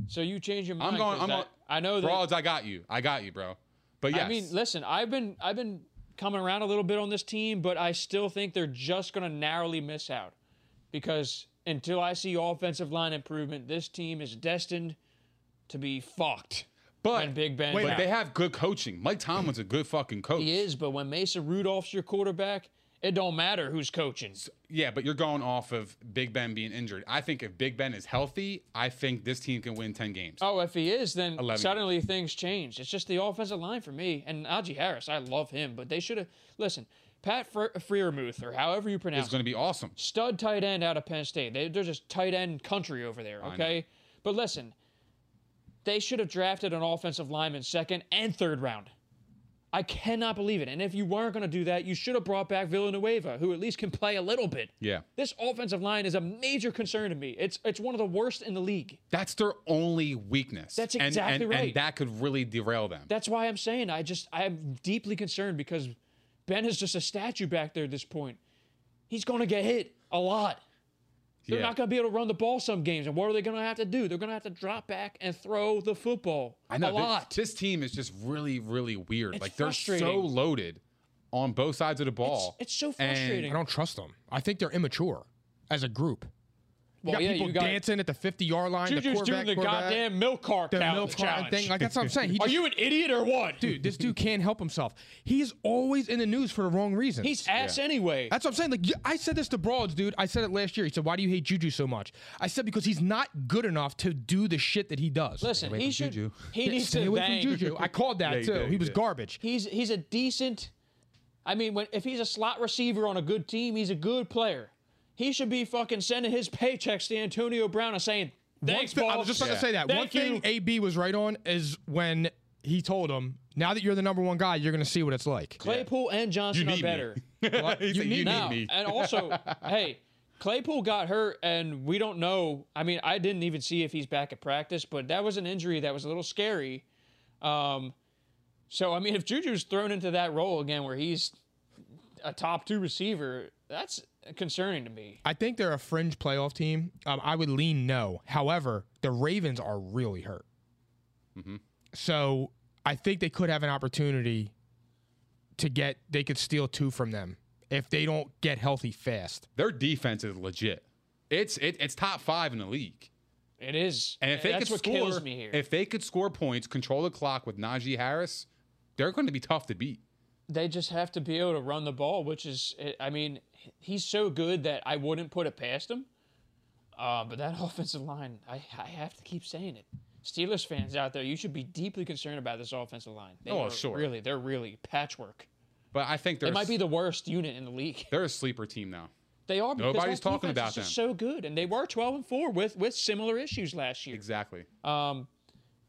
D: So you change your mind?
E: I'm going.
D: 'cause
E: I'm.
D: I,
E: going-
D: I know that.
E: Broads, I got you. I got you, bro. But yes,
D: I mean, listen, I've been I've been coming around a little bit on this team, but I still think they're just going to narrowly miss out because until I see offensive line improvement, this team is destined to be fucked.
E: but
D: when Big Ben
E: But
D: out.
E: they have good coaching. Mike Tomlin's a good fucking coach.
D: He is, but when Mason Rudolph's your quarterback, it don't matter who's coaching.
E: Yeah, but you're going off of Big Ben being injured. I think if Big Ben is healthy, I think this team can win ten games.
D: Oh, if he is, then
E: 11.
D: suddenly things change. It's just the offensive line for me and Najee Harris. I love him, but they should have listen. Pat Fre- Freiermuth, or however you pronounce
E: It's
D: it.
E: going to be awesome.
D: stud tight end out of Penn State. They, they're just tight end country over there, okay? But listen, they should have drafted an offensive lineman second and third round. I cannot believe it. And if you weren't going to do that, you should have brought back Villanueva, who at least can play a little bit.
E: Yeah,
D: This offensive line is a major concern to me. It's it's one of the worst in the league.
E: that's their only weakness.
D: That's
E: And-
D: exactly
E: and,
D: right.
E: And that could really derail them.
D: That's why I'm saying I just I'm deeply concerned because Ben is just a statue back there at this point. He's going to get hit a lot. They're
E: Yeah.
D: not going to be able to run the ball some games. And what are they going to have to do? They're going to have to drop back and throw the football
E: I know
D: a
E: thi-
D: lot.
E: This, team is just really, really weird.
D: It's
E: like they're so
D: frustrating.
E: loaded on both sides of the
D: it's,
E: ball.
D: it's so
E: And-
D: frustrating.
C: I don't trust them. I think they're immature as a group. You
D: Well,
C: got
D: yeah,
C: people
D: you got-
C: dancing at the 50 yard line. the
D: Juju's
C: quarterback,
D: doing the
C: quarterback,
D: goddamn milk car
C: the
D: count
C: milk
D: challenge.
C: cart thing. Like that's what I'm saying. He
D: are
C: just-
D: you an idiot or what?
C: dude? This dude can't help himself. He's always in the news for the wrong reasons.
D: He's ass anyway.
C: That's what I'm saying. Like y- I said this to Broads, dude. I said it last year. He said, "Why do you hate Juju so much?" I said because he's not good enough to do the shit that he does.
D: Listen, he should.
E: Juju.
D: He
C: Yeah,
D: needs
C: stay
D: to
C: away
D: bang.
C: from Juju. I called that
E: you
C: too.
E: did,
C: he
E: you
C: was
E: did.
C: garbage.
D: He's he's a decent. I mean, when, if he's a slot receiver on a good team, he's a good player. He should be fucking sending his paychecks to Antonio Brown and saying, "Thanks,
C: One thi-
D: boss."
C: I was just about
E: Yeah.
C: to say that.
D: Thank
C: One thing
D: you.
C: AB was right on is when he told him, "Now that you're the number one guy, you're going to see what it's like."
D: Claypool and Johnson
E: need
D: are
E: me.
D: better.
E: He said, you need
D: now.
E: me.
D: and also, hey, Claypool got hurt, and we don't know. I mean, I didn't even see if he's back at practice, but that was an injury that was a little scary. Um, so, I mean, if Juju's thrown into that role again where he's a top two receiver, that's concerning to me.
C: I think they're a fringe playoff team. Um, I would lean no. However, the Ravens are really hurt.
E: Mm-hmm.
C: So I think they could have an opportunity to get, they could steal two from them if they don't get healthy fast.
E: Their defense is legit. It's it, it's top five in the league.
D: It is.
E: And if they
D: that's
E: could
D: what
E: score,
D: kills me here.
E: if they could score points, control the clock with Najee Harris, they're going to be tough to beat.
D: they just have to be able to run the ball, which is, I mean, he's so good that I wouldn't put it past him. Uh, but that offensive line, I, I have to keep saying it. Steelers fans out there, you should be deeply concerned about this offensive line. They
E: Oh,
D: are
E: sure.
D: Really, they're really patchwork.
E: But I think
D: They
E: they're
D: might be the worst unit in the league.
E: they're a sleeper team now.
D: They are. because
E: Nobody's
D: that
E: talking
D: defense
E: about
D: is just So good, and they were 12 and four with with similar issues last year.
E: Exactly.
D: Um,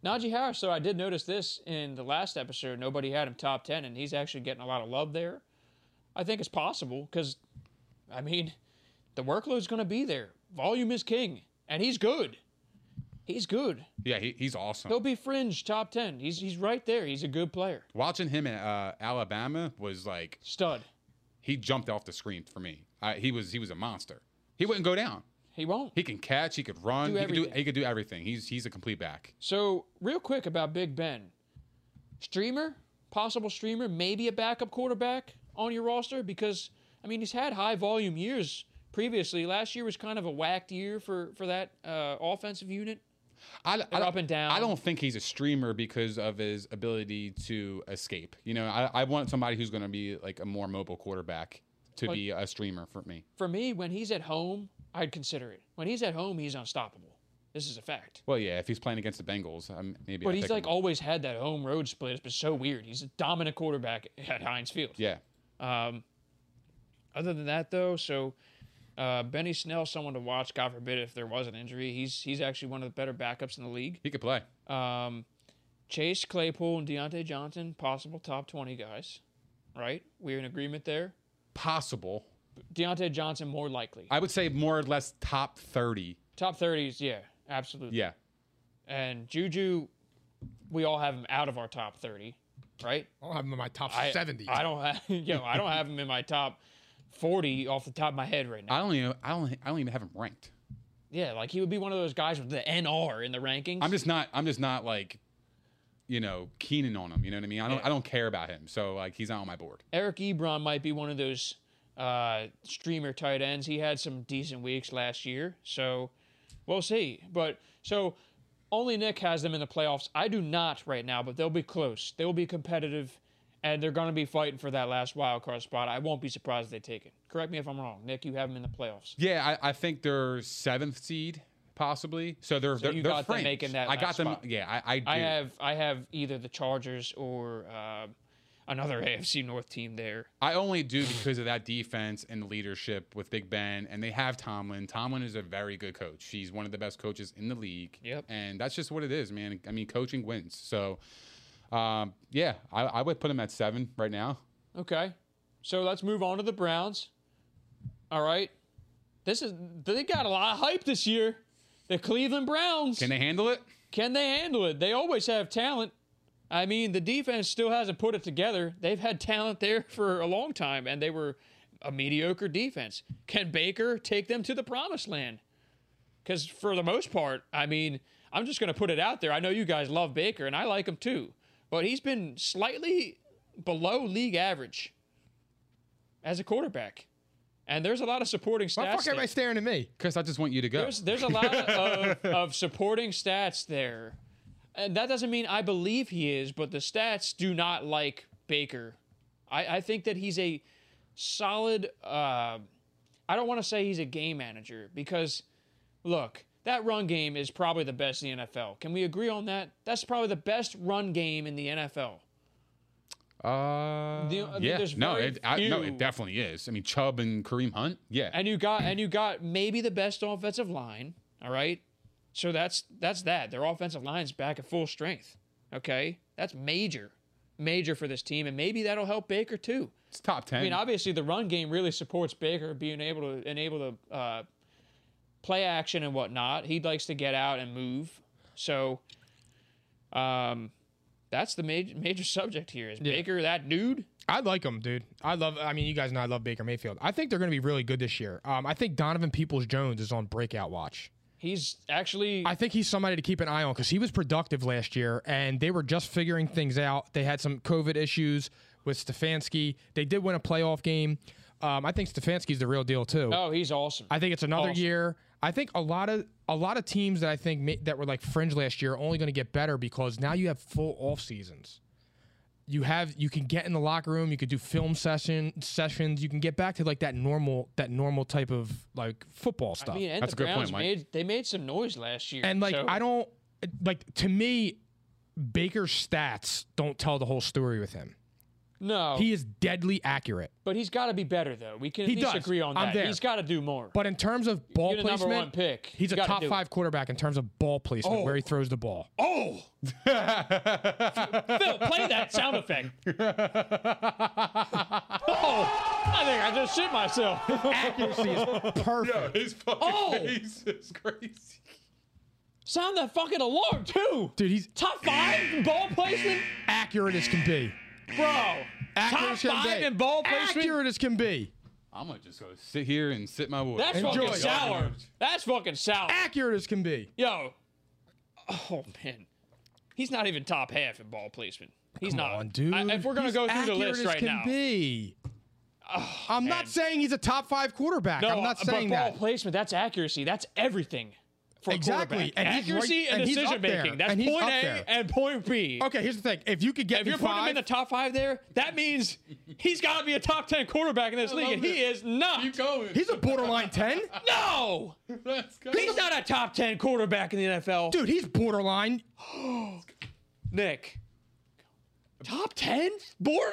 D: Najee Harris, though, I did notice this in the last episode. Nobody had him top 10, and he's actually getting a lot of love there. I think it's possible because, I mean, the workload's going to be there. Volume is king, and he's good. He's good.
E: Yeah, he, he's awesome.
D: He'll be fringe top 10. He's, he's right there. He's a good player.
E: Watching him at uh, Alabama was like
D: Stud.
E: he jumped off the screen for me. I, he was he was a monster. He wouldn't go down.
D: He won't.
E: He can catch. He could run.
D: Do
E: he, could do,
D: everything.
E: he could do everything. He's he's a complete back.
D: So, real quick about Big Ben. Streamer, possible streamer, maybe a backup quarterback on your roster because I mean he's had high volume years previously. Last year was kind of a whacked year for for that uh, offensive unit.
E: I, I don't-
D: up and down.
E: I don't think he's a streamer because of his ability to escape. You know, I, I want somebody who's going to be like a more mobile quarterback to be a streamer for me.
D: For me, when he's at home, I'd consider it. When he's at home, he's unstoppable. This is a fact.
E: Well, yeah, if he's playing against the Bengals, I'm, maybe.
D: But
E: I'd
D: he's
E: pick him
D: like
E: up.
D: always had that home road split. It's been so weird. He's a dominant quarterback at Heinz Field.
E: yeah,
D: Um, other than that, though, so uh, Benny Snell, someone to watch. God forbid if there was an injury, he's he's actually one of the better backups in the league.
E: he could play.
D: Um, Chase Claypool and Deontay Johnson, possible top twenty guys, right? We're in agreement there.
E: Possible.
D: Deontay Johnson more likely.
E: I would say more or less top thirty.
D: top thirties, yeah, absolutely.
E: Yeah,
D: And Juju, we all have him out of our top thirty. right?
C: I don't have him in my top
D: I,
C: 70.
D: I don't have yo, I don't have him in my top forty off the top of my head right now.
E: I don't even. I don't. I don't even have him ranked.
D: yeah, like he would be one of those guys with the NR in the rankings.
E: I'm just not. I'm just not like, you know, keening on him. You know what I mean? I don't. I don't care about him. So like, he's not on my board.
D: Eric Ebron might be one of those uh, streamer tight ends. He had some decent weeks last year, so we'll see. But so only Nick has them in the playoffs. I do not right now, but they'll be close. They'll be competitive, and they're going to be fighting for that last wild card spot. I won't be surprised if they take it. Correct me if I'm wrong, Nick. You have them in the playoffs.
E: Yeah, I, I think they're seventh seed possibly. So they're they're,
D: you
E: they're
D: got them
E: fringe.
D: making that
E: I got
D: last
E: them.
D: spot.
E: Yeah, I I, do.
D: I have I have either the Chargers or uh, another AFC North team there.
E: I only do because of that defense and the leadership with Big Ben, and they have Tomlin. Tomlin is a very good coach. He's one of the best coaches in the league.
D: Yep.
E: And that's just what it is, man. I mean, coaching wins. So, um, yeah, I, I would put him at seven right now.
D: Okay. So let's move on to the Browns. All right. This is they got a lot of hype this year. The Cleveland Browns.
E: Can they handle it?
D: Can they handle it? They always have talent. I mean, the defense still hasn't put it together. They've had talent there for a long time and they were a mediocre defense. Can Baker take them to the promised land? Cuz for the most part, I mean, I'm just going to put it out there. I know you guys love Baker and I like him too. But he's been slightly below league average as a quarterback. And there's a lot of supporting stats.
C: Why the fuck
D: there.
C: everybody staring at me?
E: Chris, I just want you to go.
D: There's there's a lot of, of supporting stats there, and that doesn't mean I believe he is, but the stats do not like Baker. I, I think that he's a solid. Uh, I don't want to say he's a game manager because, look, that run game is probably the best in the NFL. Can we agree on that? That's probably the best run game in the NFL.
E: Uh,
D: The- I mean,
E: yeah.
D: there's
E: no,
D: very
E: it, I, no,
D: few-
E: it definitely is. I mean, Chubb and Kareem Hunt. Yeah.
D: and you got and you got maybe the best offensive line. All right, so that's that's that. Their offensive line's back at full strength. Okay, that's major, major for this team, and maybe that'll help Baker too.
E: it's top 10.
D: I mean, obviously the run game really supports Baker being able to enable to uh, play action and whatnot. He likes to get out and move, so um, that's the major major subject here is Baker that dude.
C: I like him, dude. I love. I mean, you guys know I love Baker Mayfield. I think they're going to be really good this year. Um, I think Donovan Peoples Jones is on breakout watch.
D: He's actually
C: I think he's somebody to keep an eye on because he was productive last year, and they were just figuring things out. They had some COVID issues with Stefanski. They did win a playoff game. Um, I think Stefanski's the real deal too.
D: oh he's awesome.
C: I think it's another
D: Awesome.
C: year. I think a lot of a lot of teams that I think ma- that were like fringe last year are only going to get better because now you have full off seasons. You have you can get in the locker room, you could do film session sessions, you can get back to like that normal that normal type of like football stuff.
D: I mean, and
E: That's
D: the
E: a good
D: Browns
E: point, Mike.
D: made they made some noise last year.
C: and like
D: so-
C: I don't like to me Baker's stats don't tell the whole story with him.
D: no,
C: He is deadly accurate.
D: but he's got to be better though. We can at
C: He
D: least
C: does.
D: agree on
C: I'm
D: that.
C: there.
D: He's got to do more.
C: But in terms of ball
D: You're the number
C: placement,
D: one pick.
C: he's
D: You
C: a
D: gotta
C: top
D: do it.
C: 5 quarterback in terms of ball placement where he throws the ball.
D: oh, Phil, play that sound effect. oh, I think I just shit myself.
C: accuracy is perfect.
E: his fucking
D: Oh!
E: face is crazy.
D: sound that fucking alarm too.
C: Dude, he's
D: Top five ball placement,
C: accurate as can be.
D: bro.
C: Accurate
D: Top
C: as can
D: five
C: be.
D: in ball placement.
C: Accurate as can be.
E: I'm going to just go sit here and sit my wood.
D: That's
C: Enjoy.
D: fucking sour. That's fucking sour.
C: Accurate as can be.
D: Yo. Oh man. He's not even top half in ball placement. He's
C: Come
D: not.
C: on, dude.
D: I- if we're gonna
C: He's
D: go through the
C: accurate
D: list
C: as
D: right
C: can
D: now. Oh,
C: be. I'm not saying he's a top five quarterback.
D: No,
C: I'm not saying
D: but ball
C: that.
D: placement, that's accuracy. That's everything. For a
C: Exactly,
D: quarterback.
C: and he's
D: accuracy
C: right-
D: and,
C: and he's up
D: decision making.
C: there,
D: That's
C: and he's
D: point
C: up
D: A
C: there.
D: and point B.
C: Okay, here's the thing. If you could get
D: If
C: me
D: you're putting him
C: five,
D: in the top five there, that means he's got to be a top ten quarterback in this league, and
E: love
D: he
E: it.
D: is not.
E: Keep going.
C: he's a borderline ten.
D: no,
E: Let's go.
D: he's not a top ten quarterback in the NFL.
C: Dude, he's borderline.
D: Nick, top ten borderline?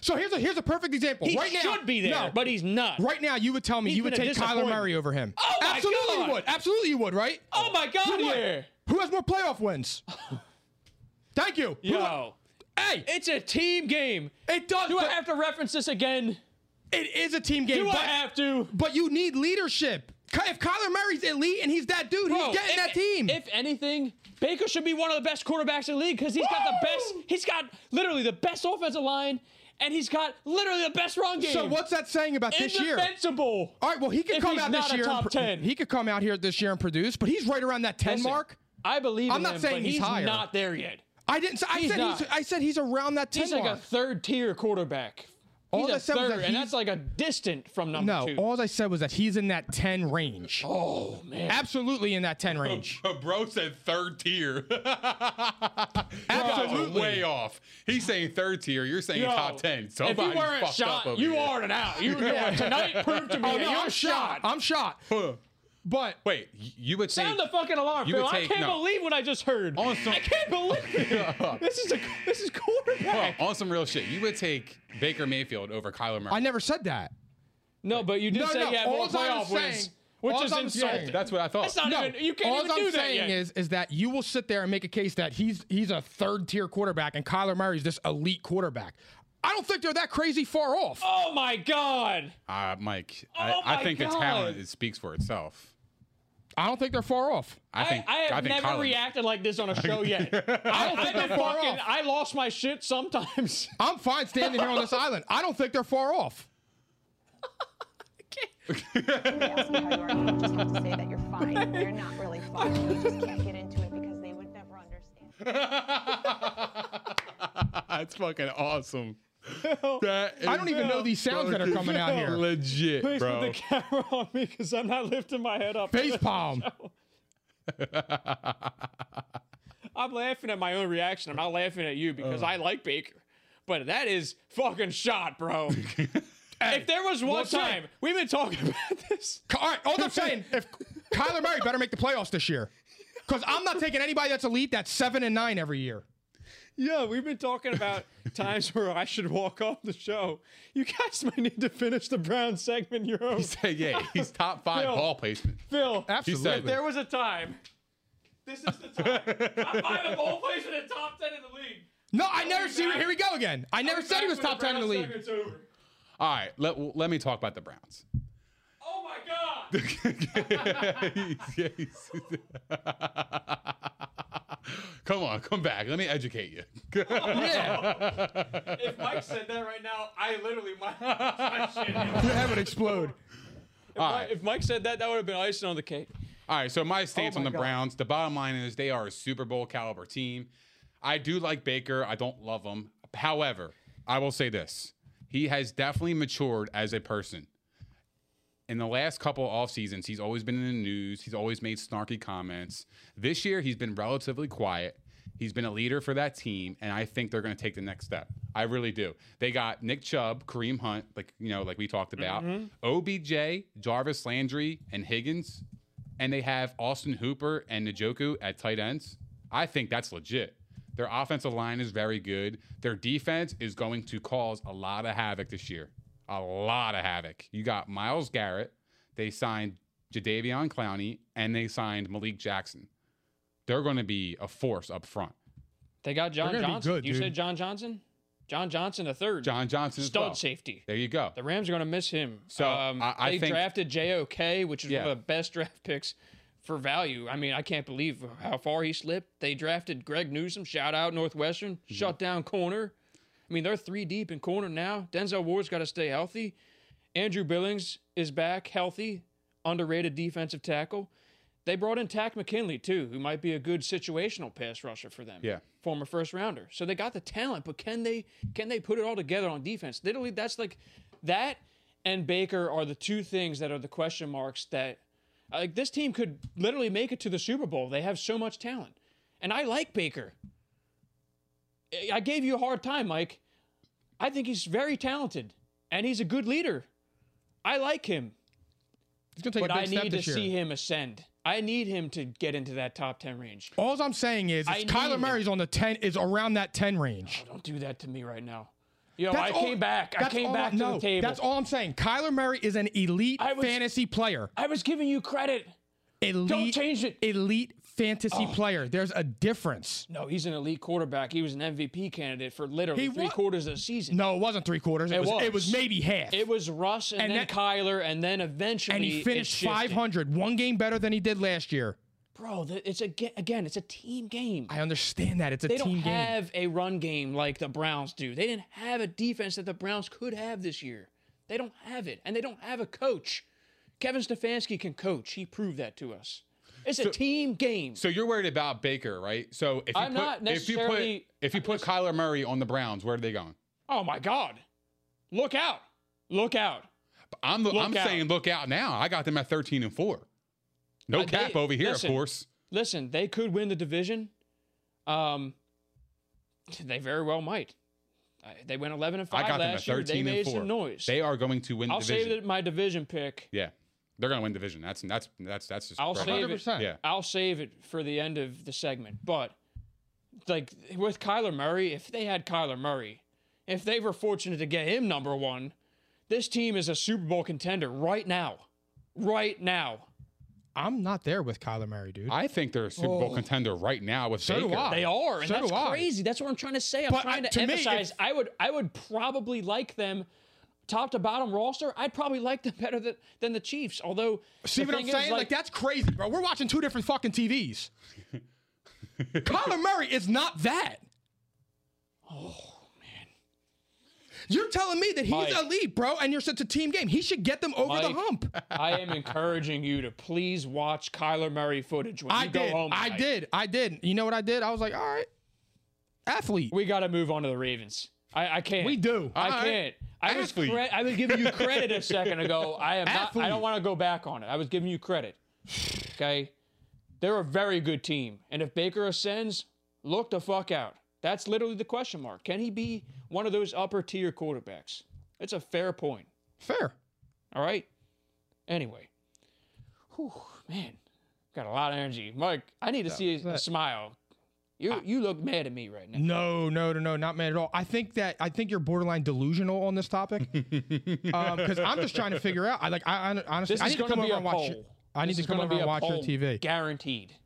C: So here's a here's a perfect example.
D: He
C: right now,
D: should be there,
C: no.
D: but he's not.
C: Right now, you would tell me
D: He's
C: you would
D: been a
C: take Kyler
D: disappointment.
C: Murray over him.
D: Oh my
C: Absolutely
D: God.
C: you would. Absolutely you would, right?
D: Oh my God,
C: You would.
D: here.
C: Who has more playoff wins? Thank you. Who-
D: Yo,
C: hey,
D: it's a team game.
C: It does.
D: Do I
C: but
D: have to reference this again?
C: it is a team game.
D: Do
C: but,
D: I have to?
C: but you need leadership. Ky- If Kyler Murray's elite and he's that dude,
D: Bro,
C: he's getting
D: if-
C: that team.
D: If anything, Baker should be one of the best quarterbacks in the league because he's got the best. He's got literally the best offensive line, and he's got literally the best run game.
C: So what's that saying about this year?
D: Indefensible.
C: All right, well he could
D: If
C: come
D: he's
C: out
D: not
C: this
D: a
C: year. and
D: top
C: pr-
D: 10.
C: He could come out here this year and produce, but he's right around that ten
D: Listen,
C: mark.
D: I believe.
C: I'm
D: in
C: not
D: him,
C: saying
D: but
C: he's
D: he's
C: higher.
D: not there yet.
C: I didn't. Say, I
D: He's
C: said he's.
D: not.
C: I said he's around that ten
D: He's
C: mark.
D: like a third tier quarterback.
C: All that
D: he's a
C: said was
D: third,
C: that
D: and
C: he's-
D: that's like a distant from number
C: no,
D: two.
C: all I said was that he's in that ten range. Oh man, absolutely in that ten range.
E: Bro said third tier.
C: Absolutely.
E: Absolutely. Way off. He's saying third tier. You're saying
D: Yo,
E: top 10.
D: if you
E: Somebody
D: weren't
E: fucked up
D: shot,
E: over
D: you
E: here.
D: are now. You, yeah. Tonight proved to me
C: Oh,
D: that
C: no,
D: you're
C: I'm shot. I'm shot. But
E: Wait, y- you would
D: Sound
E: take
D: the fucking alarm,
E: you
D: Phil.
E: would
D: I
E: take-
D: can't
E: no.
D: believe what I just heard.
E: On some-
D: I can't believe it. this is a this is quarterback.
E: on some real shit. You would take Baker Mayfield over Kyler Murray.
C: I never said that.
D: No, but you did
C: No,
D: say
C: no,
D: he had more
C: alls I was
D: playoff wins,
C: saying-
D: which
C: alls
D: is
C: I'm saying-
D: insulting.
E: That's what I thought.
D: That's not
C: No,
D: even. You can't
C: all
D: even
C: I'm
D: do that
C: saying
D: yet.
C: is, is that you will sit there and make a case that he's he's a third tier quarterback and Kyler Murray's this elite quarterback. I don't think they're that crazy far off.
D: oh my god.
E: uh, Mike,
D: Oh
E: I,
D: my
E: I think the
D: God.
E: talent it speaks for itself.
C: I don't think they're far off.
E: I think
D: I, have
E: think
D: never
E: Kyler-
D: reacted like this on a show yet. I,
C: don't think
D: I've been
C: they're far
D: fucking.
C: off.
D: I lost my shit sometimes.
C: I'm fine standing here on this island. I don't think they're far off.
B: somebody else in Priority would just have to say that you're fine. You're not really fine. You just can't get into it because they would never understand.
E: That's fucking awesome. That
C: I don't
E: is
C: even know these sounds that are coming out here.
E: legit,
D: Please
E: bro.
D: put the camera on me because I'm not lifting my head up.
C: Face palm.
D: I'm laughing at my own reaction. I'm not laughing at you because
C: Oh.
D: I like Baker. But that is fucking shot, bro. if there was one
C: what's up?
D: time, we've been talking about this.
C: All right, all I'm saying, if Kyler Murray better make the playoffs this year, because I'm not taking anybody that's elite that's seven and nine every year.
D: Yeah, we've been talking about times where I should walk off the show. You guys might need to finish the Brown segment you're over.
E: He said, yeah, he's top five
D: Phil.
E: ball placement.
D: Phil,
C: Absolutely.
D: if there was a time, this is the time. I'm five ball plays in the top ten in the league.
C: No, I never see. Here we go again. I never said he was top ten in the league.
E: All right, let, let me talk about the Browns.
D: Oh my god!
E: Yeah, he's- come on, come back. Let me educate you.
C: Yeah,
D: if Mike said that right now, I literally might. my shit.
C: your head would explode.
E: All
D: Mike-
E: right.
D: If Mike said that, that would have been icing on the cake.
E: All right, so my stance
D: Oh
E: on
D: my
E: the
D: God.
E: Browns, the bottom line is they are a Super Bowl caliber team. I do like Baker. I don't love him. However, I will say this. He has definitely matured as a person. In the last couple off seasons, he's always been in the news. He's always made snarky comments. This year, he's been relatively quiet. He's been a leader for that team, and I think they're going to take the next step. I really do. They got Nick Chubb, Kareem Hunt, like you know, like we talked about,
D: Mm-hmm.
E: OBJ, Jarvis Landry, and Higgins and they have Austin Hooper and Njoku at tight ends, I think that's legit. Their offensive line is very good. Their defense is going to cause a lot of havoc this year. A lot of havoc. You got Miles Garrett. They signed Jadavion Clowney and they signed Malik Jackson. They're going to be a force up front.
D: They got John
C: They're gonna be
D: Johnson.
C: good,
D: you
C: dude.
D: said John Johnson? John Johnson the third.
E: John Johnson as
D: Stud
E: well.
D: safety.
E: There you go.
D: The Rams are going to miss him. Um,
E: So, I- I
D: they
E: think-
D: drafted JOK, which is
E: Yeah.
D: one of the best draft picks for value. I mean, I can't believe how far he slipped. They drafted Greg Newsom. Shout out Northwestern.
E: Mm-hmm.
D: Shut down corner. I mean, they're three deep in corner now. Denzel Ward's got to stay healthy. Andrew Billings is back healthy. Underrated defensive tackle. They brought in Tack McKinley too, who might be a good situational pass rusher for them.
E: Yeah.
D: Former first rounder. So they got the talent, but can they can they put it all together on defense? Literally that's like that and Baker are the two things that are the question marks that like this team could literally make it to the Super Bowl. They have so much talent. And I like Baker. I- I gave you a hard time, Mike. I think he's very talented and he's a good leader. I like him
C: He's gonna take
D: but
C: a big
D: I
C: step
D: need to
C: this year.
D: see him ascend. I need him to get into that top ten range.
C: All I'm saying is,
D: I
C: is Kyler
D: need-
C: Murray's on the ten is around that ten range.
D: Don't do that to me right now. Yo,
C: That's
D: I
C: all-
D: came back. I
C: that's
D: came
C: all
D: back to
C: no,
D: the table.
C: That's all I'm saying. Kyler Murray is an elite
D: I was-
C: fantasy player.
D: I was giving you credit.
C: Elite,
D: change it. Oh.
C: Elite fantasy player. There's a difference.
D: No, he's an elite quarterback. He was an MVP candidate for literally
C: He
D: three
C: wa-
D: quarters of the season.
C: No, it wasn't three quarters. It,
D: It
C: was, It
D: was.
C: was maybe half.
D: It was Russ and,
C: And
D: then
C: that-
D: Kyler and then eventually
C: and he
D: it
C: finished
D: shifted.
C: 500, one game better than he did last year.
D: bro, th- it's a ga- again, it's a team game.
C: I understand that. It's a
D: they
C: team game.
D: don't have a run game like the Browns do. They didn't have a defense that the Browns could have this year. They don't have it, and they don't have a coach. Kevin Stefanski can coach. He proved that to us. It's a team game.
E: So you're worried about Baker, right? So if you
D: I'm
E: put,
D: not
E: if you
D: necessarily-
E: put if you put Kyler Murray on the Browns, where are they going?
D: oh my God! Look out! Look out!
E: I'm I'm
D: out.
E: saying look out now. I got them at 13 and four. No
D: Uh, they-
E: cap over here,
D: listen.
E: of course.
D: Listen, they could win the division. Um, they very well might. Uh, They went 11 and
E: I
D: five
E: got them at
D: last year.
E: 13
D: They
E: and
D: made
E: four.
D: some noise.
E: They are going to win
D: I'll
E: the division.
D: save it my division pick.
E: Yeah, they're gonna win division. That's that's that's that's just.
D: I'll
E: right.
D: save it.
C: 100%.
E: Yeah.
D: I'll save it for the end of the segment. But like with Kyler Murray, if they had Kyler Murray, if they were fortunate to get him number one, this team is a Super Bowl contender right now. Right now.
C: I'm not there with Kyler Murray, dude.
E: I think they're a Super Bowl contender right now with
C: So do
E: Baker.
C: I.
D: They are, and
C: Ah, So
D: that's
C: do I.
D: crazy. That's what I'm trying to say. I'm
C: But, uh,
D: trying to,
C: to me, if-
D: emphasize. I would, I would probably like them, top to bottom roster. I'd probably like them better than, than the Chiefs. Although, the
C: See what I'm
D: thing is,
C: saying? Like, that's crazy, bro. We're watching two different fucking TVs. Kyler Murray is not that. Oh man. You're telling me that he's
D: Mike.
C: elite, bro, and you're such a team game. He should get them over the
D: Mike,
C: hump.
D: I am encouraging you to please watch Kyler Murray footage when
C: I
D: you go
C: did.
D: home.
C: I
D: tonight.
C: did. I did. You know what I did? I was like, all right, athlete.
D: We got to move on to the Ravens. I, I can't.
C: We do.
D: I
E: All right.
D: can't. I was,
E: Athlete.
D: cre- I was giving you credit a second ago. I am not. I
C: Athlete.
D: don't want to go back on it. I was giving you credit. Okay, they're a very good team, and if Baker ascends, look the fuck out. That's literally the question mark. Can he be one of those upper tier quarterbacks? It's a fair point.
C: Fair.
D: All right. Anyway, Whew, man, got a lot of energy, Mike. I need to see a, a smile. You you look mad at me right now.
C: No, no, no, no, not mad at all. I think that I think you're borderline delusional on this topic because I'm just trying to figure out. I like, I, I honestly,
D: This
C: I
D: is
C: need to
D: going to
C: come over
D: be a
C: and watch.
D: poll.
C: I need
D: This
C: to
D: is
C: come
D: gonna
C: over
D: be
C: and
D: a
C: watch your
D: poll,
C: TV.
D: Guaranteed. I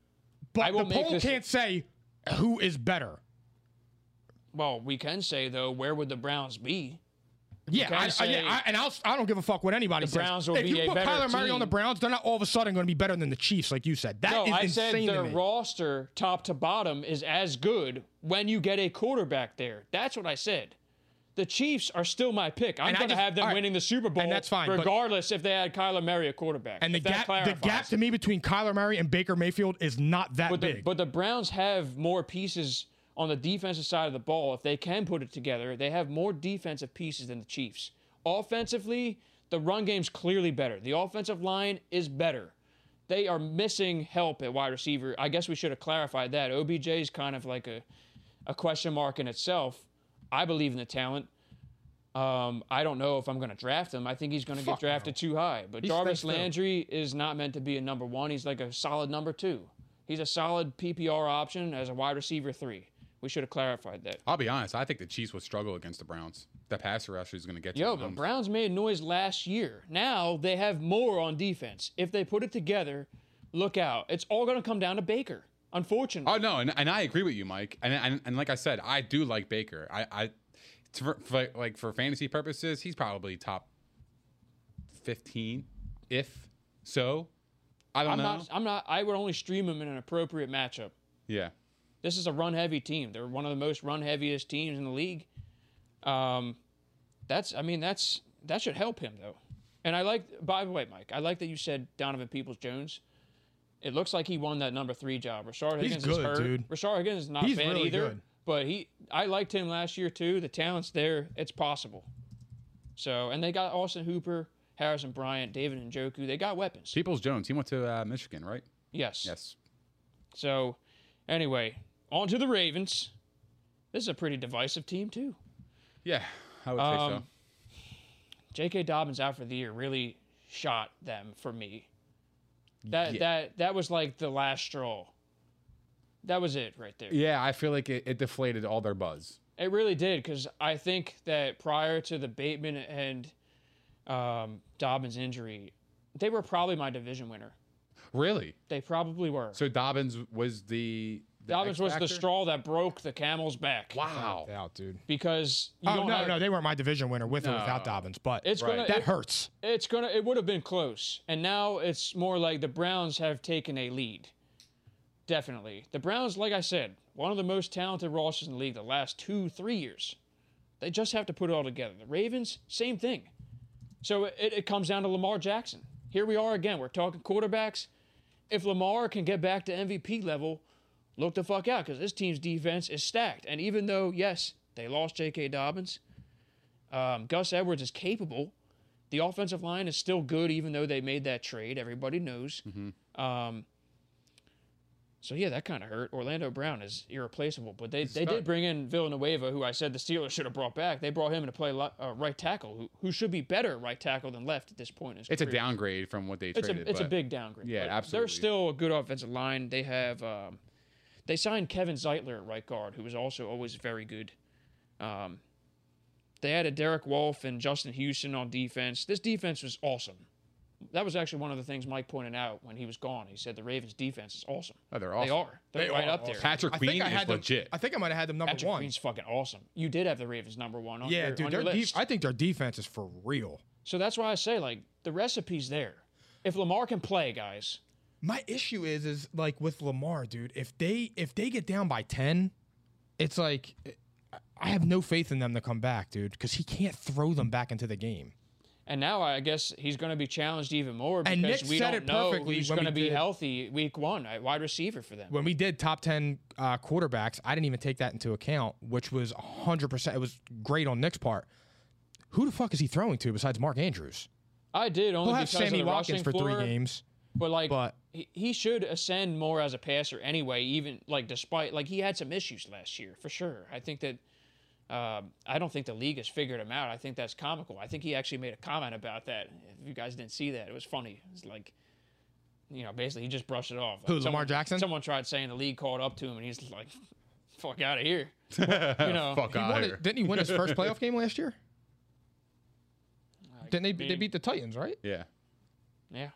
C: But
D: will
C: the
D: make
C: poll
D: this-
C: can't say who is better.
D: Well, we can say though, where would the Browns be?
C: Yeah,
D: can't
C: I, I-
D: say-
C: yeah, I, and I'll, I don't give a fuck what anybody
D: The
C: says.
D: Browns will
C: if
D: be
C: you
D: a
C: put
D: better
C: Kyler Murray on the
D: team.
C: Browns, they're not all of a sudden going to be better than the Chiefs, like you said. That
D: No,
C: is
D: I said
C: insane
D: their
C: to me.
D: roster top to bottom is as good when you get a quarterback there. That's what I said. The Chiefs are still my pick. I'm
C: And I
D: going to
C: just-
D: have them
C: all right.
D: winning the Super Bowl.
C: that's fine, but-
D: regardless if they had Kyler Murray a quarterback.
C: and the
D: If that
C: gap, the gap
D: clarifies.
C: to me between Kyler Murray and Baker Mayfield is not that
D: But the,
C: big.
D: but the Browns have more pieces on the defensive side of the ball. If they can put it together, they have more defensive pieces than the Chiefs. Offensively, the run game's clearly better. The offensive line is better. They are missing help at wide receiver. I guess we should have clarified that. OBJ is kind of like a, a question mark in itself. I believe in the talent. Um, I don't know if I'm going to draft him. I think he's going to get
C: Fuck no.
D: drafted too high. But
C: He
D: Jarvis
C: stinks, too.
D: Landry is not meant to be a number one. He's like a solid number two. He's a solid PPR option as a wide receiver three. We should have clarified that.
E: I'll be honest. I think the Chiefs will struggle against the Browns. The passer rush is going to get to
D: Yo,
E: them.
D: but Browns made noise last year. Now they have more on defense. If they put it together, look out. It's all going to come down to Baker, unfortunately.
E: Oh no, and, and I agree with you, Mike. And, and and like I said, I do like Baker. I I it's for, for like for fantasy purposes, he's probably top fifteen, if so. I don't
D: I'm
E: know.
D: not. I'm not. I would only stream him in an appropriate matchup.
E: yeah,
D: this is a run heavy team. They're one of the most run heaviest teams in the league. Um, that's I mean that's that should help him though. And I like by the way, Mike, I like that you said Donovan Peoples Jones. It looks like he won that number three job. Rashard
C: He's
D: Higgins is
C: good,
D: hurt.
C: dude.
D: Rashard Higgins is not
C: He's
D: bad
C: really
D: either.
C: good.
D: But he I liked him last year too. The talent's there. It's possible. So and they got Austin Hooper, Harrison Bryant, David and Joku. They got weapons.
E: Peoples Jones. He went to uh, Michigan, right?
D: Yes.
E: Yes.
D: So, anyway, on to the Ravens. This is a pretty divisive team too.
E: Yeah, I would say so.
D: Um, J.K. Dobbins out for the year really shot them for me. That
E: Yeah.
D: that that was like the last straw. That was it right there.
E: Yeah, I feel like it, it deflated all their buzz.
D: It really did because I think that prior to the Bateman and um, Dobbins injury, they were probably my division winner.
E: Really?
D: They probably were.
E: So Dobbins was the, the
D: Dobbins
E: X
D: was the
E: factor?
D: straw that broke the camel's back.
E: Wow.
C: out, dude.
D: Because you
C: Oh
D: don't
C: no,
D: have-
C: no, they weren't my division winner with or without Dobbins, but
D: It's gonna-
C: that
D: it-
C: hurts.
D: it's gonna it would have been close and now it's more like the browns have taken a lead Definitely. The Browns, like I said, one of the most talented rosters in the league the last two, three years. They just have to put it all together. The Ravens, same thing. So it, it comes down to Lamar Jackson. Here we are again. We're talking quarterbacks. If Lamar can get back to MVP level, look the fuck out because this team's defense is stacked. And even though, yes, they lost J.K. Dobbins, um, Gus Edwards is capable. The offensive line is still good, even though they made that trade. Everybody knows.
E: Mm-hmm.
D: Um, so yeah, that kind of hurt. Orlando Brown is irreplaceable, but they, they did bring in Villanueva, who I said the Steelers should have brought back. They brought him to play li- uh, right tackle, who, who should be better right tackle than left at this point. In his
E: It's a
D: career.
E: downgrade from what they
D: It's
E: traded.
D: a it's a
E: but-
D: big downgrade.
E: Yeah,
D: but
E: absolutely.
D: They're still a good offensive line. They have um, they signed Kevin Zeitler at right guard, who was also always very good. Um, they added Derek Wolf and Justin Houston on defense. This defense was awesome. That was actually one of the things Mike pointed out when he was gone. He said the Ravens' defense is awesome.
E: Oh, they're
D: They
E: awesome.
D: are. They're
C: They
D: right
C: are
D: up there.
C: awesome.
E: Patrick
C: I
E: Queen
C: think I
E: is
C: had
E: legit.
C: Them, I think I might have had them number
D: Patrick
C: one.
D: Queen's fucking awesome. You did have the Ravens number one on
C: yeah,
D: your,
C: dude,
D: on
C: their
D: your
C: def-
D: list.
C: I think their defense is for real.
D: so that's why I say like the recipe's there. If Lamar can play, guys,
C: My issue is is like with Lamar, dude. If they if they get down by ten, it's like I have no faith in them to come back, dude, because he can't throw them back into the game.
D: and now I guess he's going to be challenged even more because
C: And Nick
D: we
C: said
D: don't
C: it
D: know
C: perfectly
D: who's
C: when we
D: going to be
C: did-
D: healthy week one at wide receiver for them.
C: When we did top ten uh, quarterbacks, I didn't even take that into account, which was hundred percent. It was great on Nick's part. Who the fuck is he throwing to besides Mark Andrews?
D: I did only
C: He'll have
D: because
C: Sammy
D: of the
C: Watkins
D: rushing
C: for
D: floor,
C: three games.
D: but like
C: but-
D: he, he should ascend more as a passer anyway. Even like despite like he had some issues last year for sure. I think that. Um, I don't think the league has figured him out. I think that's comical. I think he actually made a comment about that. If you guys didn't see that, it was funny. It's like, you know, basically he just brushed it off. Like
C: Who, Lamar
D: someone-
C: Jackson?
D: Someone tried saying the league called up to him, and he's like, "Fuck out of here." you know,
E: Fuck
C: He
E: out
C: won
E: of
C: it-
E: here.
C: didn't he win his first playoff game last year? Didn't they? they
D: mean-
C: beat the Titans, right?
E: Yeah.
D: Yeah.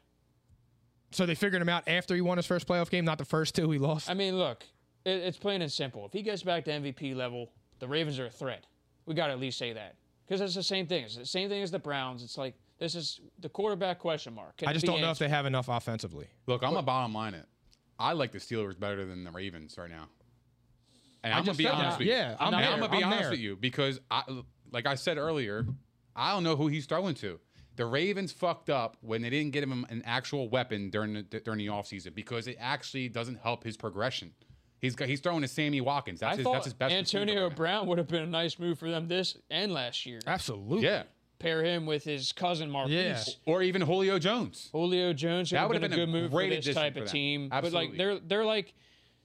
C: So they figured him out after he won his first playoff game, not the first two he lost.
D: I mean, look, it, it's plain and simple. If he gets back to MVP level, the Ravens are a threat. We got to at least say that because it's the same thing. It's the same thing as the Browns. It's like this is the quarterback question mark. Can
C: I
D: it
C: just
D: be
C: don't know if
D: answered?
C: they have enough offensively.
E: Look, I'm a bottom line it. I like the Steelers better than the Ravens right now. And I am gonna
C: just
E: be
C: said
E: honest
C: that.
E: with you.
C: Yeah, I'm
E: and
C: there.
E: I'm gonna be
C: I'm
E: honest
C: there.
E: with you because I, like I said earlier, I don't know who he's throwing to. The Ravens fucked up when they didn't get him an actual weapon during the during the offseason because it actually doesn't help his progression. He's got, he's throwing to Sammy Watkins. That's
D: I
E: his
D: thought
E: that's his best. receiver
D: Antonio
E: right now.
D: Brown would have been a nice move for them this and last year.
C: Absolutely.
E: Yeah,
D: Pair him with his cousin Marquise.
C: Yeah.
E: or even Julio Jones.
D: Julio Jones
E: That
D: that would
E: would've
D: have been a good move for
E: great
D: this
E: addition
D: type
E: for
D: of
E: them.
D: team.
E: Absolutely.
D: But like they're they're like,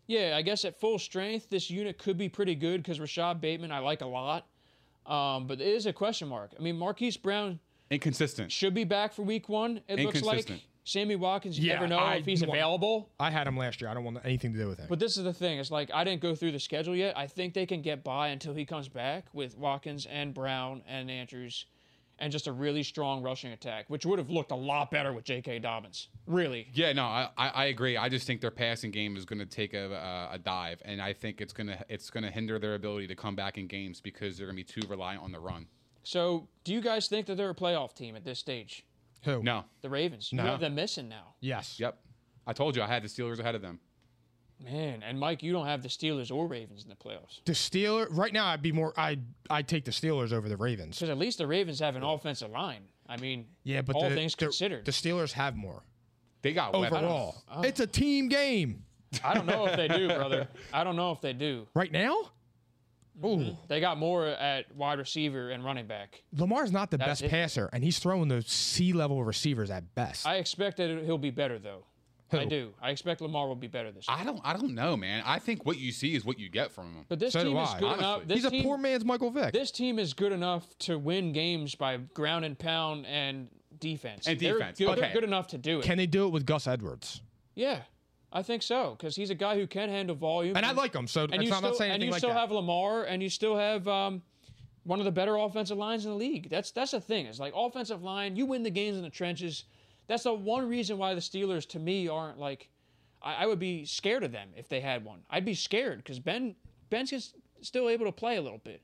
D: yeah, I guess at full strength this unit could be pretty good because Rashad Bateman I like a lot, um, but it is a question mark. I mean Marquise Brown
E: Inconsistent.
D: should be back for Week One. It looks like
E: Inconsistent.
D: Sammy Watkins. You
C: Yeah,
D: never know
C: I
D: if he's
C: want-
D: available.
C: I had him last year. I don't want anything to do with him.
D: But this is the thing. It's like I didn't go through the schedule yet. I think they can get by until he comes back with Watkins and Brown and Andrews, and just a really strong rushing attack, which would have looked a lot better with J.K. Dobbins. Really,
E: Yeah, no, I, I I agree. I just think their passing game is going to take a, a a dive, and I think it's gonna it's gonna hinder their ability to come back in games because they're gonna be too reliant on the run.
D: So, do you guys think that they're a playoff team at this stage?
C: Who?
E: No.
D: The Ravens. You
C: No.
D: have them missing now.
C: Yes.
E: Yep. I told you I had the Steelers ahead of them.
D: Man, and Mike, you don't have the Steelers or Ravens in the playoffs.
C: The Steelers. Right now, I'd be more. I I'd take the Steelers over the Ravens.
D: Because at least the Ravens have an offensive line. I mean,
C: Yeah, but
D: all
C: the,
D: things
C: the-
D: considered. Oh.
C: the Steelers have more
E: They got
C: overall.
E: Weapons.
C: It's a team game
D: I don't know if they do, brother. I don't know if they do.
C: right now. Ooh,
D: They got more at wide receiver and running back.
C: Lamar's not the
D: That's
C: best
D: it.
C: passer, and he's throwing those C level receivers at best.
D: I expect that he'll be better, though. I
C: Who?
D: do. I expect Lamar will be better this year.
E: I don't I don't know, man. I think what you see is what you get from them.
D: But this
C: So do
D: team is
C: I,
D: good
E: honestly.
D: enough. This
C: he's a
D: team-
C: poor man's Michael Vick.
D: This team is good enough to win games by ground and pound and defense.
E: And
D: They're
E: defense,
D: good- They're,
E: okay.
D: good enough to do it.
C: Can they do it with Gus Edwards?
D: yeah, I think so because he's a guy who can handle volume.
C: And I like him, so
D: and
C: it's
D: you
C: not, I'm
D: still,
C: not saying
D: and
C: anything
D: you
C: like
D: still
C: that.
D: have Lamar, and you still have um, one of the better offensive lines in the league. That's that's the thing. It's like offensive line. You win the games in the trenches. That's the one reason why the Steelers, to me, aren't like. I, I would be scared of them if they had one. I'd be scared because Ben Ben's just still able to play a little bit.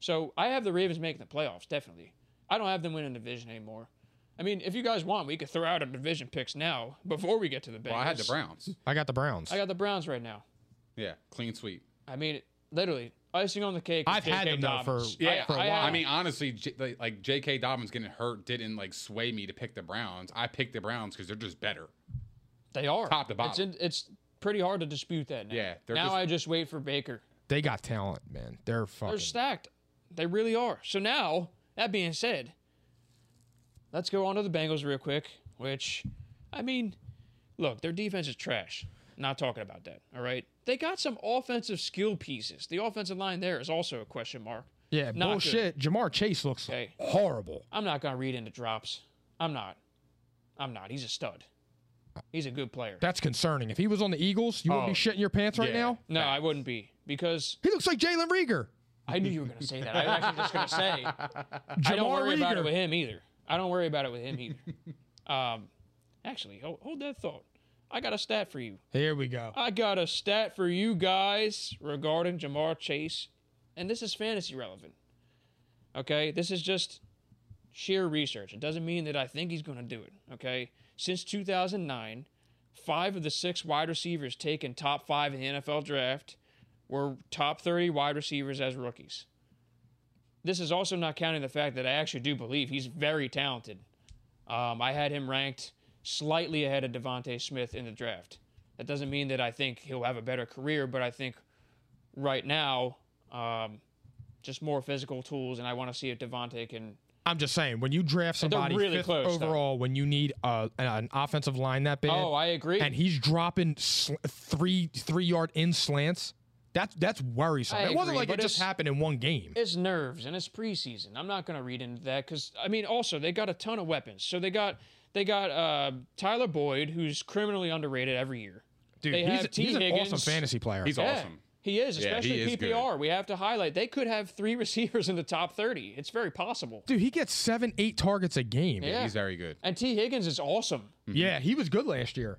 D: So I have the Ravens making the playoffs definitely. I don't have them winning the division anymore. I mean, if you guys want, we could throw out our division picks now before we get to the Bengals.
E: Well, I had the Browns.
C: I got the Browns.
D: I got the Browns right now.
E: Yeah, clean sweep.
D: I mean, literally icing on the cake. is
C: I've had
D: J.K.
C: them, though, for-
D: Dobbins.
E: Yeah,
C: for a
D: I,
C: while.
D: had-
E: I mean, honestly, J- like- like J.K. Dobbins getting hurt didn't like sway me to pick the Browns. I picked the Browns because they're just better.
D: they are
E: top to
D: It's,
E: bottom.
D: in, it's pretty hard to dispute that. Now.
E: Yeah, they're
D: Now
E: just-
D: I just wait for Baker.
C: they got talent, man. They're fucking.
D: They're stacked. They really are. So now, that being said, let's go on to the Bengals real quick, which, I mean, look, their defense is trash. Not talking about that, all right? They got some offensive skill pieces. The offensive line there is also a question mark.
C: yeah,
D: Not
C: bullshit. Jamar Chase looks
D: Okay.
C: horrible.
D: I'm not going to read into drops. I'm not. I'm not. He's a stud. He's a good player.
C: That's concerning. If he was on the Eagles, you
D: Oh,
C: wouldn't be shitting your pants right
E: yeah.
C: now.
D: No, I wouldn't be because
C: He looks like Jalen Rieger.
D: I knew you were going to say that. I was actually just going to say
C: Jamar
D: I don't worry about it
C: Rieger.
D: with him either. I don't worry about it with him either. um, actually, hold, hold that thought. I got a stat for you.
C: Here we go.
D: I got a stat for you guys regarding Jamar Chase, and this is fantasy relevant. Okay, this is just sheer research. It doesn't mean that I think he's going to do it. Okay, since 2009, five of the six wide receivers taken top five in the NFL draft were top 30 wide receivers as rookies. This is also not counting the fact that I actually do believe he's very talented. Um, I had him ranked slightly ahead of Devonte Smith in the draft. That doesn't mean that I think he'll have a better career, but I think right now, um, just more physical tools, and I want to see if Devonte can.
C: I'm just saying, when you draft somebody
D: really
C: fifth
D: close, though.
C: overall, when you need uh, an, an offensive line that bad,
D: Oh, I agree.
C: and he's dropping sl- three three yard in slants, that's that's worrisome.
D: I
C: it wasn't
D: agree,
C: like it
D: but
C: just
D: it's-
C: happened in one game.
D: It's nerves and it's preseason. I'm not gonna read into that because I mean, also they got a ton of weapons. So they got they got uh, Tyler Boyd, who's criminally underrated every year.
C: Dude,
D: they
C: he's,
D: have T.
C: he's an awesome
D: Higgins.
C: fantasy player.
E: He's
D: Yeah,
E: awesome.
D: He is,
E: Yeah, he
D: especially
E: is good.
D: PPR. We have to highlight they could have three receivers in the top 30. It's very possible.
C: Dude, he gets seven, eight targets a game.
D: Yeah.
E: He's very good.
D: And T. Higgins is awesome.
C: Yeah, he was good last year.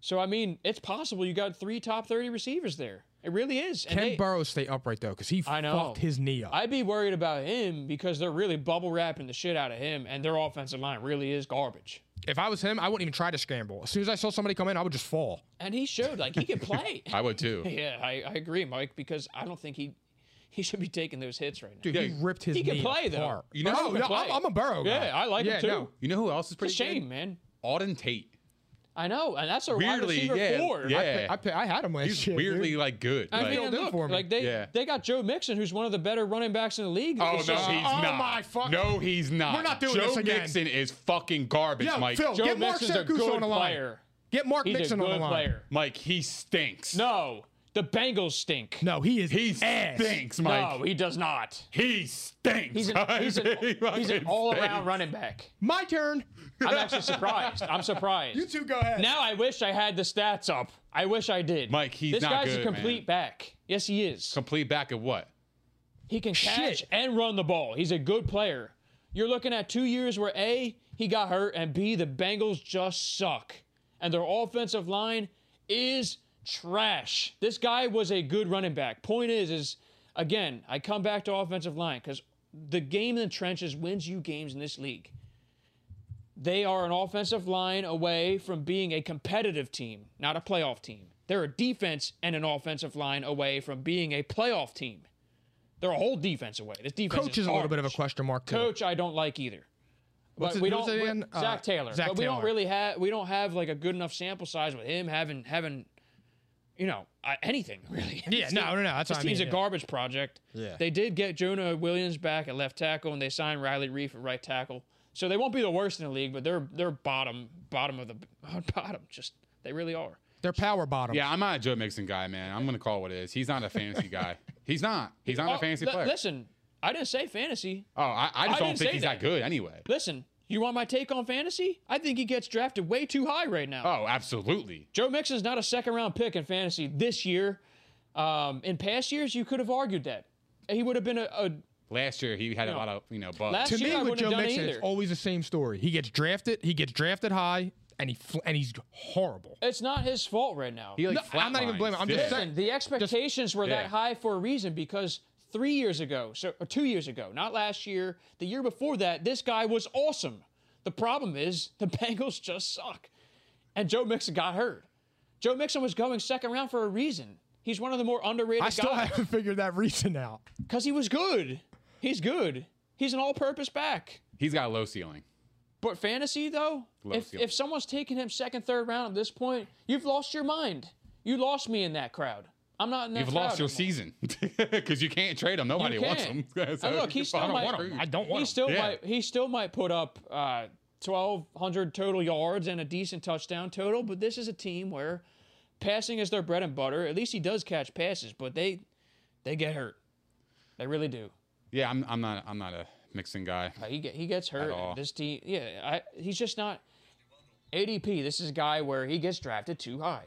D: So I mean, it's possible you got three top 30 receivers there. It really is. And
C: Can
D: they-
C: Burrow stay upright though? Because he
D: I know.
C: fucked his knee up.
D: I'd be worried about him because they're really bubble wrapping the shit out of him, and their offensive line really is garbage.
C: if I was him, I wouldn't even try to scramble. As soon as I saw somebody come in, I would just fall.
D: And he showed like he can play.
E: I would too.
D: yeah, I, I agree, Mike, because I don't think he he should be taking those hits right now.
C: Dude, he ripped his
D: he
C: knee
D: can play, though.
C: apart.
E: You know-
C: oh,
E: He
C: no,
E: can
D: play.
C: I'm, I'm a Burrow guy.
D: Yeah, I like him,
C: Yeah,
D: too.
C: no.
E: You know who else is pretty
D: It's a shame,
E: good?
D: man.
E: Auden Tate.
D: I know, and that's a
E: Weirdly,
D: wide receiver
E: yeah,
D: four.
E: yeah.
C: I, pick- I, pick- I had him last
E: He's
C: year. dude.
E: weirdly like good.
D: I
E: Like-
D: mean,
C: Killed him
D: look,
C: for me.
D: like they
E: Yeah.
D: they got Joe Mixon, who's one of the better running backs in the league.
E: Oh no,
D: It's
E: he's
D: just-
C: oh
E: not.
C: my fuck-
E: No, he's not.
C: We're not doing
E: Joe
C: this again.
E: Mixon is fucking garbage,
C: Yo,
E: Mike.
C: Phil,
D: Joe
C: get Mark
D: Mixon's a
C: Syracuse
D: good
C: on the line.
D: player.
C: Get Mark
D: He's
C: Mixon
D: a
C: on
D: good
C: the line.
D: player.
E: Mike, he stinks.
D: No, the Bengals stink.
C: No, he is
E: he
C: ass.
E: stinks, Mike.
D: no, he does not.
E: he stinks.
D: He's an, he's an,
E: He
D: he's
E: fucking
D: an all-around
E: stinks.
D: running back.
C: My turn.
D: I'm actually surprised. I'm surprised.
C: You two go ahead.
D: Now I wish I had the stats up. I wish I did.
E: Mike, he's
D: this
E: not
D: guy's a
E: good,
D: complete
E: man.
D: back. Yes, he is.
E: Complete back of what?
D: He can catch
C: Shit.
D: and run the ball. He's a good player. You're looking at two years where A, he got hurt, and B, the Bengals just suck. And their offensive line is trash. This guy was a good running back. Point is, is again, I come back to offensive line because the game in the trenches wins you games in this league. They are an offensive line away from being a competitive team, not a playoff team. They're a defense and an offensive line away from being a playoff team. They're a whole defense away. This defense
C: Coach is a little bit of a
D: garbage.
C: question mark. Too.
D: Coach, I don't like either. But
C: his-
D: we
C: who's
D: don't
C: it
D: we-
C: again? Uh,
D: Zach Taylor.
C: Zach
D: but we don't
C: Taylor.
D: really have we don't have like a good enough sample size with him having having you know uh, anything really.
C: Yeah,
D: This
C: no,
D: team-
C: no, no, that's
D: this
C: what I
D: team's
C: mean,
D: a
C: yeah.
D: garbage project.
C: Yeah.
D: They did get Jonah Williams back at left tackle, and they signed Riley Reef at right tackle. So they won't be the worst in the league, but they're they're bottom bottom of the bottom. Just they really are.
C: They're power bottom.
E: Yeah, I'm not a Joe Mixon guy, man. I'm gonna call what it is. He's not a fantasy guy. He's not. He's not
D: Oh,
E: a fantasy
D: li-
E: player.
D: Listen, I didn't say fantasy.
E: oh, I, I just
D: I
E: don't
D: didn't
E: think
D: say
E: he's
D: that.
E: that good anyway.
D: Listen, you want my take on fantasy? I think he gets drafted way too high right now.
E: Oh, absolutely.
D: Joe Mixon's not a second round pick in fantasy this year. Um, in past years, you could have argued that he would have been a, a
E: Last year he had a lot of you know bugs.
D: Last
C: To
D: year,
C: me,
D: I
C: with
D: wouldn't
C: Joe
D: have done it
C: Mixon, it's
D: either.
C: always the same story. He gets drafted. He gets drafted high, and he fl- and he's horrible.
D: it's not his fault right now.
E: he, like,
C: No, I'm not even
E: flatlines.
C: blaming him. I'm just
E: Yeah.
C: saying-
D: Listen, the expectations were
E: yeah.
D: that high for a reason because three years ago, so or two years ago, not last year, the year before that, this guy was awesome. The problem is the Bengals just suck. And Joe Mixon got hurt. Joe Mixon was going second round for a reason. He's one of the more underrated
C: I still
D: guys
C: haven't figured that reason out.
D: because he was good. He's good. He's an all-purpose back.
E: He's got a low ceiling.
D: But fantasy though,
E: Low
D: if,
E: ceiling.
D: if someone's taking him second, third round at this point, you've lost your mind. You lost me in that crowd. I'm not in that
E: You've
D: crowd
E: lost your
D: anymore.
E: season because you can't trade him. Nobody wants him.
D: can't. And look, he's still
E: I don't
D: my-
E: want him.
C: I don't want
D: he
C: him.
D: still
E: Yeah.
D: might he still might put up uh, 1200 total yards and a decent touchdown total but this is a team where passing is their bread and butter at least he does catch passes but they they get hurt they really do
E: Yeah, I'm, I'm not. I'm not a mixing guy.
D: Uh, he, get, he gets hurt and
E: all.
D: this team yeah I, he's just not adp this is a guy where he gets drafted too high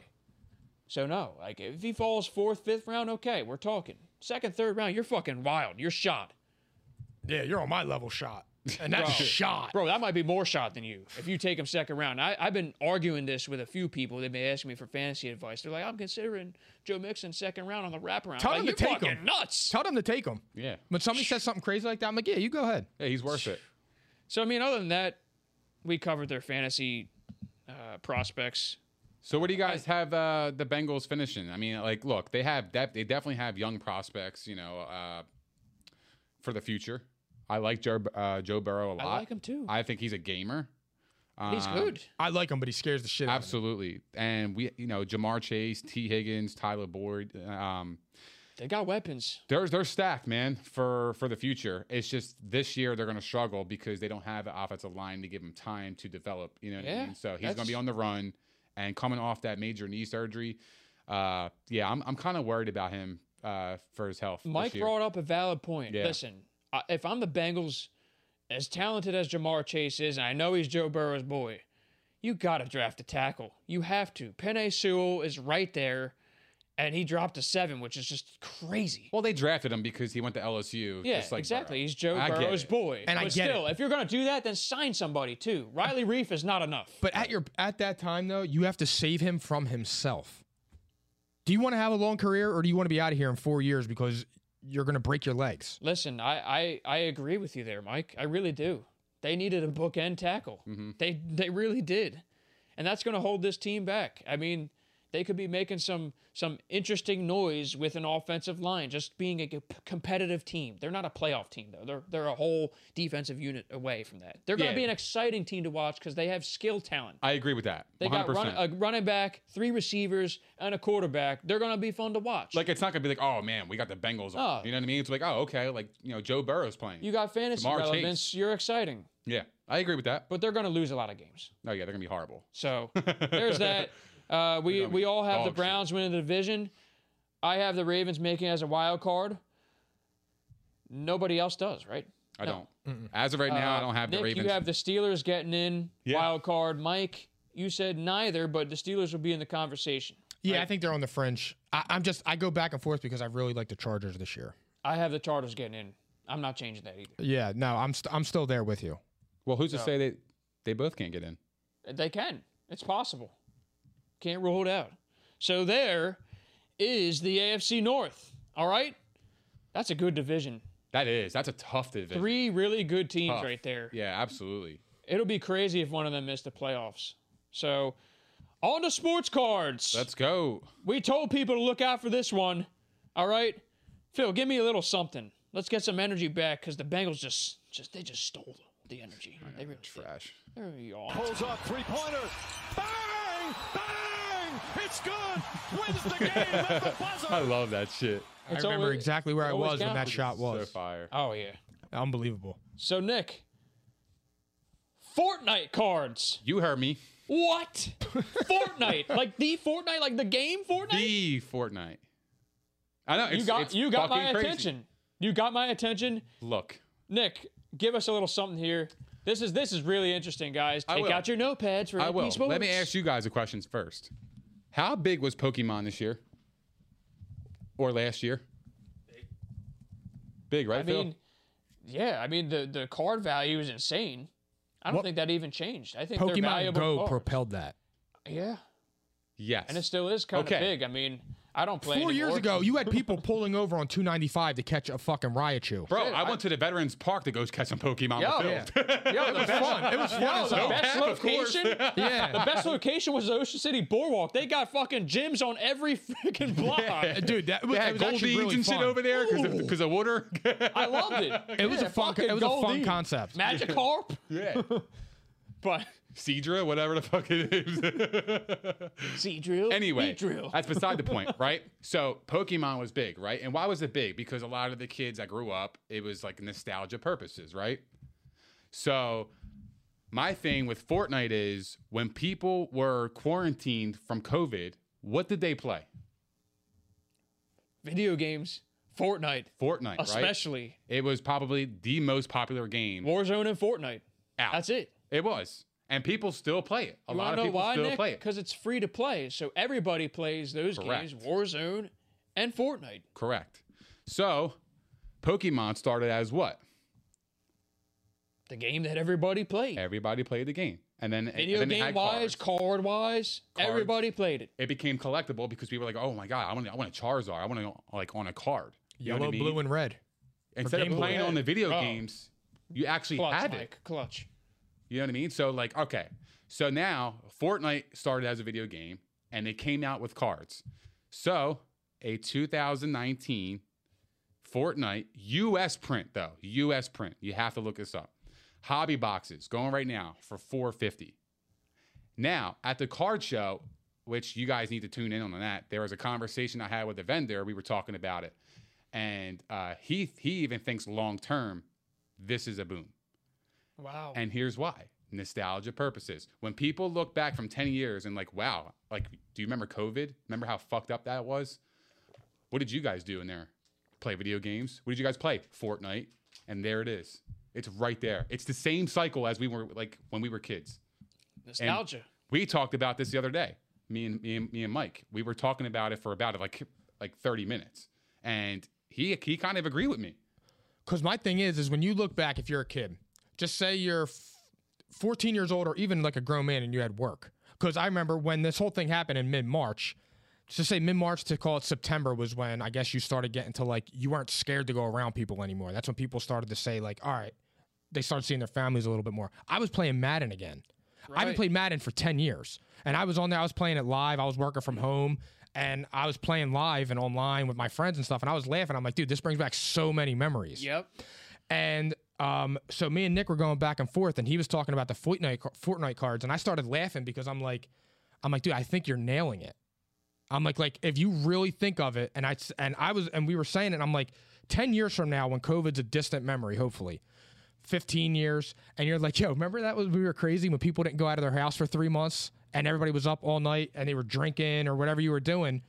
D: so no like if he falls fourth fifth round okay we're talking second third round you're fucking wild you're shot
C: Yeah, you're on my level shot. And that's shot.
D: Bro, that might be more shot than you if you take him second round. I, I've been arguing this with a few people. They've been asking me for fantasy advice. They're like, I'm considering Joe Mixon second round on the wraparound.
C: Tell
D: like,
C: him to
D: you're
C: take
D: fucking
C: him.
D: nuts.
C: Tell them to take him.
E: Yeah.
C: When somebody says something crazy like that, I'm like, yeah, you go ahead.
E: Yeah, he's worth it.
D: So, I mean, other than that, we covered their fantasy uh, prospects.
E: So what do you guys have uh, the Bengals finishing? I mean, like, look, they have def- they definitely have young prospects, you know, uh, for the future. I like Joe uh, Joe Burrow a lot.
D: I like him too.
E: I think he's a gamer.
D: He's
E: Um,
D: good.
C: I like him, but he scares the shit out of me.
E: Absolutely, and we, you know, Jamar Chase, T. Higgins, Tyler Boyd. Um,
D: They got weapons.
E: they're they're stacked, man, for for the future. It's just this year they're going to struggle because they don't have the offensive line to give him time to develop. You know what I
D: Yeah,
E: mean? So he's going to be
D: that's-
E: on the run, and coming off that major knee surgery, uh, yeah, I'm I'm kind of worried about him uh, for his health. this
D: Mike
E: year.
D: brought up a valid point.
E: Yeah.
D: Listen, I, if I'm the Bengals, as talented as Jamar Chase is, and I know he's Joe Burrow's boy, you got to draft a tackle. You have to. Penny Sewell is right there, and he dropped a seven, which is just crazy.
E: Well, they drafted him because he went to LSU.
D: yeah,
E: just like
D: exactly.
E: Burrow.
D: He's Joe
E: I get
D: Burrow's
E: it.
D: boy.
C: And I
D: but
C: get
D: still,
C: it.
D: if you're going to do that, then sign somebody too. Riley Reef is not enough.
C: But at your at that time though, you have to save him from himself. Do you want to have a long career or do you want to be out of here in four years because you're gonna break your legs?
D: Listen, I, I, I agree with you there, Mike. I really do. They needed a bookend tackle.
E: Mm-hmm.
D: They they really did. And that's going to hold this team back. I mean, they could be making some some interesting noise with an offensive line, just being a g- competitive team. They're not a playoff team though. They're they're a whole defensive unit away from that. They're going to
E: Yeah.
D: be an exciting team to watch because they have skill talent.
E: I agree with that.
D: They
E: 100%.
D: got run, a running back, three receivers, and a quarterback. They're going to be fun to watch.
E: like it's not gonna be like, oh man, we got the Bengals. on.
D: Oh.
E: You know what I mean? It's like, oh okay, like you know Joe Burrow's playing.
D: you got fantasy
E: Jamar Chase.
D: relevance. You're exciting,
E: yeah, I agree with that. But
D: but they're going to lose a lot of games.
E: oh yeah, they're gonna be horrible.
D: So there's that. Uh, we we all have the
E: dog shit.
D: Browns winning the division. I have the Ravens making it as a wild card. Nobody else does, right?
E: I don't. As of right now, I don't have
D: Uh, Nick,
E: the Ravens.
D: you have the Steelers getting in
E: Yeah.
D: wild card. Mike, you said neither, but the Steelers will be in the conversation.
C: Yeah, I think they're on the fringe. I, I'm just I go back and forth because I really like the Chargers this year.
D: I have the Chargers getting in. I'm not changing that either.
C: Yeah, no, I'm st- I'm still there with you.
E: Well, who's to say they they both can't get in?
D: They can. It's possible. Can't rule it out. So there is the AFC North. All right, that's a good division.
E: That is. That's a tough division.
D: Three really good teams
E: Tough.
D: right there.
E: Yeah, absolutely.
D: It'll be crazy if one of them missed the playoffs. So, on to sports cards.
E: Let's go.
D: we told people to look out for this one. All right, Phil, give me a little something. Let's get some energy back because the Bengals just, just they just stole the energy. They really did.
E: Trash.
D: They really are.
F: Pulls off three pointer. Bang! Bang! It's good! Wins the game at the
E: I
F: buzzer!
E: love that shit.
D: It's
C: I remember
D: always-
C: exactly where I
D: always
C: was when that
D: counts.
C: shot
E: So
C: was.
E: fire.
D: Oh yeah.
C: Unbelievable.
D: So Nick, Fortnite cards.
E: You heard me.
D: What? Fortnite, like the Fortnite, like the game Fortnite.
E: The Fortnite. I know. It's,
D: you got
E: it's
D: you got my
E: fucking crazy.
D: attention. You got my attention.
E: Look,
D: Nick, give us a little something here. This is this is really interesting, guys.
E: I
D: Take
E: will.
D: out your notepads for
E: I
D: AP
E: will.
D: Sports.
E: Let me ask you guys a question first. How big was Pokemon this year? Or last year? Big, right,
D: I
E: Phil?
D: mean, yeah, I mean the the card value is insane. I don't
C: What-
D: think that even changed. I think they're
C: Pokemon
D: valuable. oh.
C: Go
D: cards.
C: propelled that.
D: yeah,
E: yes.
D: and it still is kind of
E: Okay.
D: big. I mean, I don't play
C: Four years
D: anymore.
C: ago, you had people pulling over on 295 to catch a fucking Raichu.
E: Bro, I, went to the Veterans Park to go catch some Pokemon.
D: Yo,
E: with
D: yeah.
E: Phil.
D: Yo, the best,
C: fun. It was fun
D: Yo,
C: as
D: the
C: hell.
D: best
E: Cap, of course.
D: location.
C: Yeah.
D: The best location was the Ocean City Boardwalk. They got fucking gyms on every freaking block.
C: Dude, that was,
E: They
C: that
E: had
C: was
E: gold
C: actually
E: deeds
C: really
E: and
C: fun.
E: shit over there because of water.
D: I loved it.
C: It was
D: Yeah,
C: a fun.
D: fucking
C: It was a fun
D: Goldie.
C: concept.
D: Magikarp,
E: yeah.
D: but
E: Cedra, whatever the fuck it is.
D: Z drill.
E: Anyway,
D: drill.
E: that's beside the point, right? So Pokemon was big, right? And why was it big? Because a lot of the kids that grew up, it was like nostalgia purposes, right? So my thing with Fortnite is when people were quarantined from COVID, what did they play?
D: Video games, Fortnite,
E: Fortnite, right?
D: especially
E: It was probably the most popular game
D: Warzone and Fortnite.
E: out.
D: That's it.
E: It was. And people still play it. A
D: You
E: lot
D: wanna
E: of
D: know
E: people
D: why,
E: still
D: Nick?
E: play it.
D: Because it's free to play, so everybody plays those
E: Correct.
D: games, Warzone and Fortnite.
E: Correct. So Pokemon started as what?
D: The game that everybody played.
E: Everybody played the game. And then
D: Video
E: and then it
D: game
E: had
D: wise,
E: cards.
D: card wise,
E: Cards.
D: everybody played it.
E: it became collectible because people were like, "Oh my god, I want, I want a Charizard. I want to like on a card." You know what
C: Yellow,
E: I mean?
C: blue, and red.
E: instead
C: Game
E: of
C: Boy.
E: playing on the video
D: Oh.
E: games, you actually
D: Clutch,
E: had it.
D: Mike, clutch.
E: You know what I mean? So like, okay, so now Fortnite started as a video game, and they came out with cards. So a 2019 Fortnite U.S. print though, U.S. print. You have to look this up. Hobby boxes going right now for 450. Now, at the card show, which you guys need to tune in on that, there was a conversation I had with the vendor. We were talking about it. And uh, he, he even thinks long term, this is a boom.
D: Wow.
E: And here's why nostalgia purposes. When people look back from 10 years and like, wow, like, do you remember COVID? Remember how fucked up that was? What did you guys do in there? Play video games? What did you guys play? Fortnite. And there it is. It's right there. It's the same cycle as we were like when we were kids. And
D: Nostalgia.
E: We talked about this the other day. Me and me and, me and Mike. We were talking about it for about like like 30 minutes, and he he kind of agreed with me.
C: Because my thing is, is when you look back, if you're a kid, just say you're f- 14 years old or even like a grown man and you had work. Because I remember when this whole thing happened in mid March, to say mid March to call it September was when I guess you started getting to like, you weren't scared to go around people anymore. That's when people started to say, like, all right, they started seeing their families a little bit more. I was playing Madden again. I haven't played Madden for 10 years. And I was on there, I was playing it live. I was working from home and I was playing live and online with my friends and stuff. And I was laughing. I'm like, dude, this brings back so many memories.
D: Yep.
C: And um, so me and Nick were going back and forth, and he was talking about the Fortnite Fortnite cards, and I started laughing because I'm like, I'm like, dude, I think you're nailing it. I'm like, like if you really think of it, and I s- and I was and we were saying it, I'm like, ten years from now, when COVID's a distant memory, hopefully. 15 years and you're like yo remember that was we were crazy when people didn't go out of their house for three months and everybody was up all night and they were drinking or whatever you were doing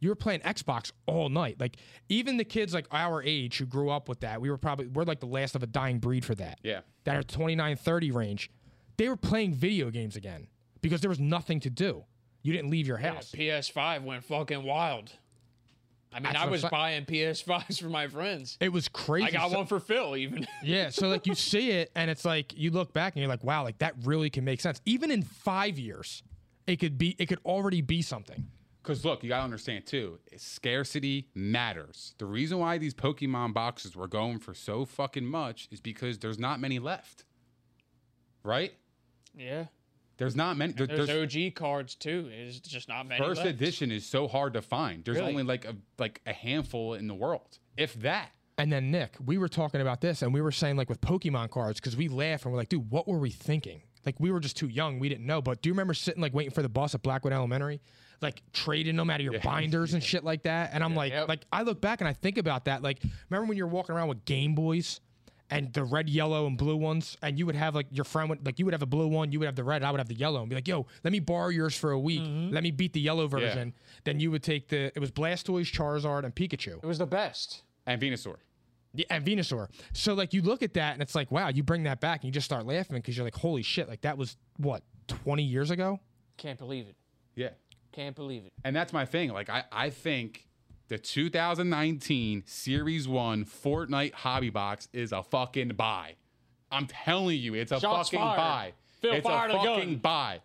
C: you were playing Xbox all night. Like even the kids like our age who grew up with that, we were probably we're like the last of a dying breed for that.
E: Yeah.
C: That are 29, 30 range. They were playing video games again because there was nothing to do. You didn't leave your house.
D: PS5 went fucking wild. I mean,
C: That's
D: I
C: what
D: was
C: I'm sa-
D: buying PS5s for my friends.
C: It was crazy.
D: I got
C: So-
D: one for Phil, even.
C: Yeah, so like you see it and it's like you look back and you're like, wow, like that really can make sense. Even in five years, it could be it could already be something.
E: Because look, you gotta understand too, scarcity matters. The reason why these Pokemon boxes were going for so fucking much is because there's not many left, right?
D: yeah.
E: There's not many. there-
D: There's,
E: there's
D: OG cards too. It's just not many.
E: first
D: left.
E: edition is so hard to find. There's
D: Really?
E: only like a like a handful in the world, if that.
C: And then Nick, we were talking about this, and we were saying like with Pokemon cards because we laugh and we're like, dude, what were we thinking? Like we were just too young, we didn't know. But do you remember sitting like waiting for the bus at Blackwood Elementary, like trading them out of your binders and shit like that? And I'm like,
D: Yep.
C: like I look back and I think about that. Like remember when you were walking around with Game Boys? And the red, yellow, and blue ones, and you would have like your friend would like you would have a blue one, you would have the red, and I would have the yellow, and be like, "Yo, let me borrow yours for a week. Let me beat the yellow version." Then you would take the it was Blastoise, Charizard, and Pikachu.
D: It was the best.
E: And Venusaur.
C: Yeah, and Venusaur. So like you look at that and it's like, wow, you bring that back and you just start laughing because you're like, holy shit, like that was what, 20 years ago?
D: Can't believe it.
E: Yeah.
D: Can't believe it.
E: And that's my thing. Like I, I think the 2019 Series One Fortnite Hobby Box is a fucking buy. I'm telling you, it's a
D: Shots
E: fucking
D: fired.
E: buy.
D: Phil
E: it's a
D: fired a gun.
E: fucking buy.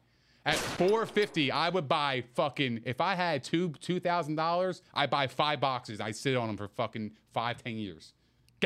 E: At 450, I would buy fucking if I had two two thousand dollars, I buy five boxes. I sit on them for fucking five ten years.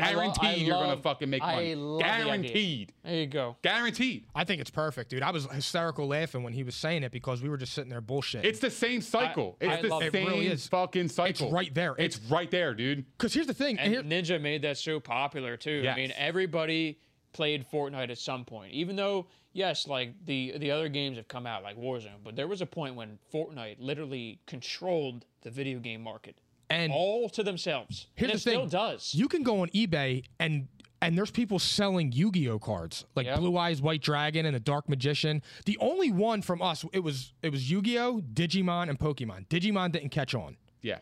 D: I lo- I
E: Guaranteed, you're gonna
D: love-
E: fucking make
D: I
E: money.
D: love the idea.
E: Guaranteed.
D: There you go.
E: Guaranteed.
C: I think it's perfect, dude. I was hysterical laughing when he was saying it because we were just sitting there bullshitting.
E: It's the same cycle.
D: I- I
E: it's
D: love
E: the
D: it.
E: same
C: It really is.
E: fucking cycle.
C: right there.
E: It's, right there, dude.
C: because here's the thing.
D: And
C: here-
D: Ninja made that show popular too. I mean,
E: Yes.
D: everybody played Fortnite at some point. Even though, yes, like the the other games have come out like Warzone, but there was a point when Fortnite literally controlled the video game market
C: And-
D: all to themselves.
C: Here's
D: and
C: the
D: it
C: thing.
D: still does.
C: You can go on eBay and and there's people selling Yu-Gi-Oh cards like
D: Yep.
C: Blue Eyes White Dragon and the Dark Magician. The only one from us it was it was Yu-Gi-Oh, Digimon, and Pokemon. Digimon didn't catch on.
E: Yeah.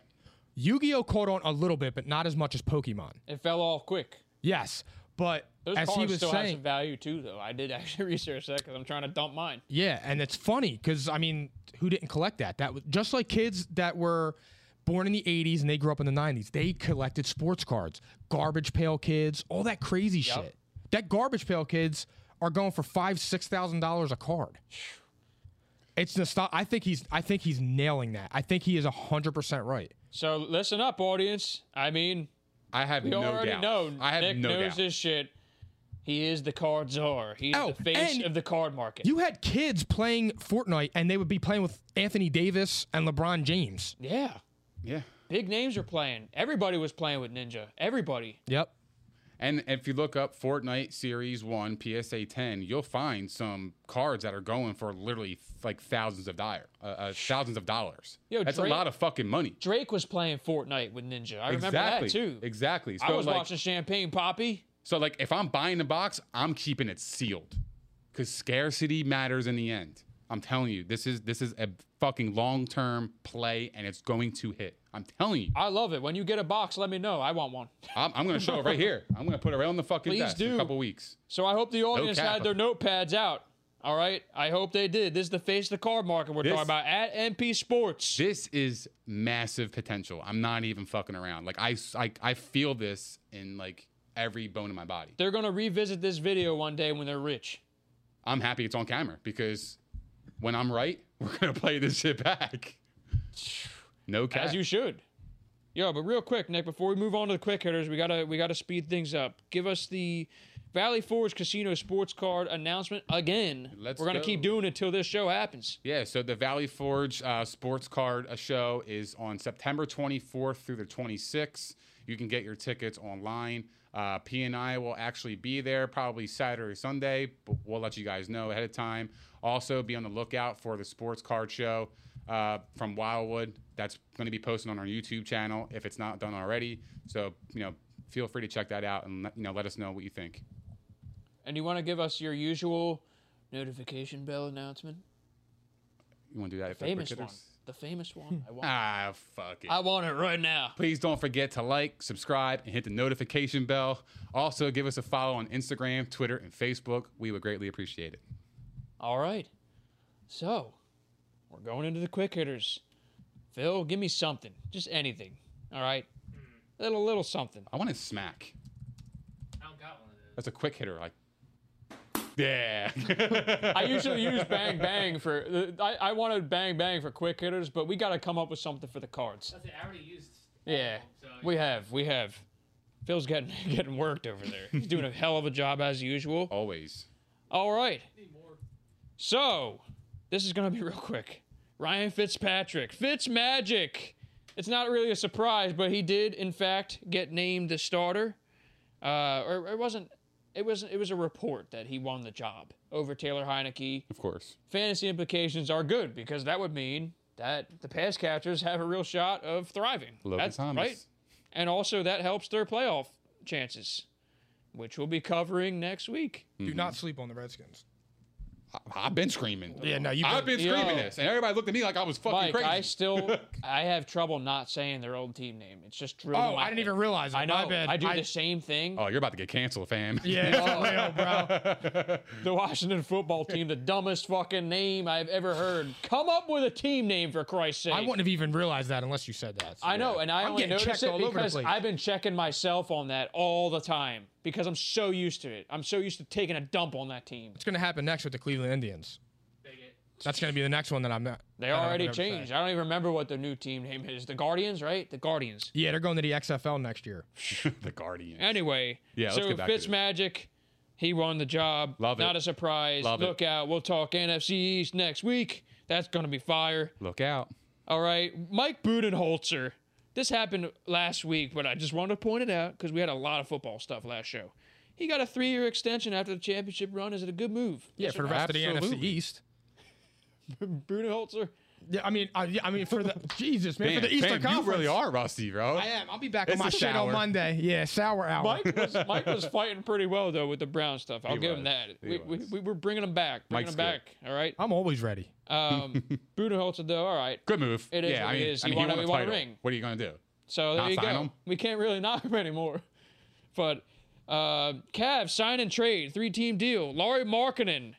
C: Yu-Gi-Oh caught on a little bit, but not as much as Pokemon.
D: it fell off quick.
C: Yes, but
D: Those
C: as
D: cards
C: he was
D: still have
C: saying,
D: some value too, though. I did actually research that because I'm trying to dump mine.
C: Yeah, and it's funny because I mean, who didn't collect that? That was just like kids that were born in the '80s and they grew up in the '90s. They collected sports cards, garbage pail kids, all that crazy shit. That garbage pail kids are going for five, six thousand dollars a card. It's nostal- I think he's. I think he's nailing that. I think he is hundred percent right.
D: So listen up, audience. I mean,
E: I have
D: we
E: no
D: already
E: doubt.
D: know
E: I have
D: Nick
E: no
D: knows
E: doubt.
D: this shit. He is the card czar. He is
C: Oh,
D: the face
C: and
D: of the card market.
C: You had kids playing Fortnite, and they would be playing with Anthony Davis and LeBron James.
D: yeah.
E: Yeah.
D: Big names are playing. Everybody was playing with Ninja. Everybody.
C: Yep.
E: And if you look up Fortnite Series 1 PSA 10, you'll find some cards that are going for literally like thousands of dire, uh, uh, thousands of dollars.
D: Yo,
E: That's
D: Drake-
E: a lot of fucking money.
D: Drake was playing Fortnite with Ninja. I remember
E: exactly.
D: that too.
E: Exactly. So
D: I was
E: like,
D: watching Champagne Poppy.
E: so like if I'm buying the box, I'm keeping it sealed because scarcity matters in the end. I'm telling you, this is this is a fucking long term play, and it's going to hit. I'm telling you,
D: I love it. When you get a box, let me know. I want one.
E: I'm, I'm gonna show it right here. I'm gonna put it right on the fucking
D: Please
E: desk in
D: do.
E: a couple weeks.
D: So I hope the audience
E: cap.
D: had their notepads out. All right. I hope they did. This is the face of the card market we're
E: This-
D: talking about at MP Sports.
E: This is massive potential. I'm not even fucking around. Like I, s- I- I feel this in like every bone in my body.
D: They're gonna revisit this video one day when they're rich.
E: I'm happy it's on camera because when I'm right, we're gonna play this shit back. No cap.
D: As you should. Yo, but real quick, Nick, before we move on to the quick hitters, we gotta we gotta speed things up. Give us the Valley Forge Casino sports card announcement again.
E: Let's
D: We're gonna
E: go.
D: keep doing it till this show happens.
E: Yeah, so the Valley Forge uh, Sports Card uh, Show is on September 24th through the 26th. You can get your tickets online. Uh, P and I will actually be there probably Saturday or Sunday, but we'll let you guys know ahead of time. Also, be on the lookout for the Sports Card Show uh, from Wildwood. That's going to be posted on our YouTube channel if it's not done already. So you know, feel free to check that out and let, you know let us know what you think.
D: And you wanna give us your usual notification bell announcement?
E: You want to do that? if I
D: Famous
E: forget
D: one.
E: this?
D: The famous one. I want
E: Ah, fuck it.
D: I want it right now.
E: Please don't forget to like, subscribe, and hit the notification bell. Also, give us a follow on Instagram, Twitter, and Facebook. We would greatly appreciate it.
D: All right. So, we're going into the quick hitters. Phil, give me something. Just anything. All right. Little little something.
E: I want to smack. That's a quick hitter. Like, yeah.
D: I usually use bang bang for. I, I wanted bang bang for quick hitters, but we got to come up with something for the cards.
G: That's it. I already used.
D: Yeah, we have, we have. Phil's getting getting worked over there. He's doing a hell of a job as usual.
E: Always.
D: All right. So, this is gonna be real quick. Ryan Fitzpatrick, Fitz Magic. It's not really a surprise, but he did in fact get named the starter. Uh, or it wasn't. It was it was a report that he won the job over Taylor Heineke
E: Of course.
D: fantasy implications are good because that would mean that the pass catchers have a real shot of thriving.
E: Logan Thomas.
D: right. And also that helps their playoff chances, which we'll be covering next week.
C: Do not sleep on the Redskins.
E: I- have been screaming.
C: Yeah, no, you've
E: I've
C: been-
E: been screaming
D: Yo.
E: this, and everybody looked at me like I was fucking
D: Mike,
E: crazy.
D: I still I have trouble not saying their old team name. It's just drilled in
C: Oh,
D: my
C: I didn't
D: head.
C: even realize it.
D: I know.
C: My bad.
D: I do
C: I-
D: the same thing.
E: oh, you're about to get canceled, fam.
C: Oh, Yeah, for real, bro.
D: The Washington football team, the dumbest fucking name I've ever heard. Come up with a team name for Christ's sake.
C: I wouldn't have even realized that unless you said that.
D: I know, and I
C: I'm
D: only
C: getting checked
D: notice it
C: all over the
D: because
C: place.
D: I've been checking myself on that all the time because I'm so used to it. I'm so used to taking a dump on that team.
C: It's going to happen next with the Cleveland Indians. That's gonna be the next one that I'm not.
D: They
C: that I'm
D: already
C: gonna say.
D: changed. I don't even remember what their new team name is. The Guardians, right? The Guardians.
C: Yeah, they're going to the XFL next year.
E: the Guardian.
D: Anyway,
E: Yeah, let's
D: so
E: get back to this.
D: Fitzmagic, he won the job.
E: Love it.
D: Not a surprise.
E: Love it.
D: Look out. We'll talk NFC East next week. That's going to be fire.
E: Look out.
D: All right. Mike Budenholzer. This happened last week, but I just wanted to point it out because we had a lot of football stuff last show. He got a three year extension after the championship run. Is it a good move?
C: Yeah, for the rest of the NFC
E: Absolutely.
C: East.
D: Budenholzer.
C: Yeah, I mean, I, yeah, I mean for the Jesus man,
E: Damn,
C: for the Eastern
E: damn,
C: Conference.
E: you really are rusty, bro.
C: I am. I'll be back
E: It's
C: on my
E: a
C: shit
E: sour.
C: on Monday. Yeah, sour hour.
D: Mike was, Mike was fighting pretty well, though, with the Brown stuff. I'll
E: He
D: give
E: was.
D: him that.
E: He
D: We, we,
E: was.
D: we were bringing him back. Bringing
E: Mike's
D: him back. All right.
C: I'm always ready.
D: Um, Budenholzer, though, all right.
E: Good move.
D: It is
E: Yeah,
D: what
E: I mean,
D: it is.
E: I
D: You
E: mean, he
D: wanna-
E: won
D: you
E: a
D: wanna
E: title.
D: ring.
E: What are you gonna do?
D: So there
E: Not
D: you
E: sign
D: go.
E: him.
D: We can't really knock him anymore. But uh, Cavs sign and trade, three team deal. Laurie Markkinen,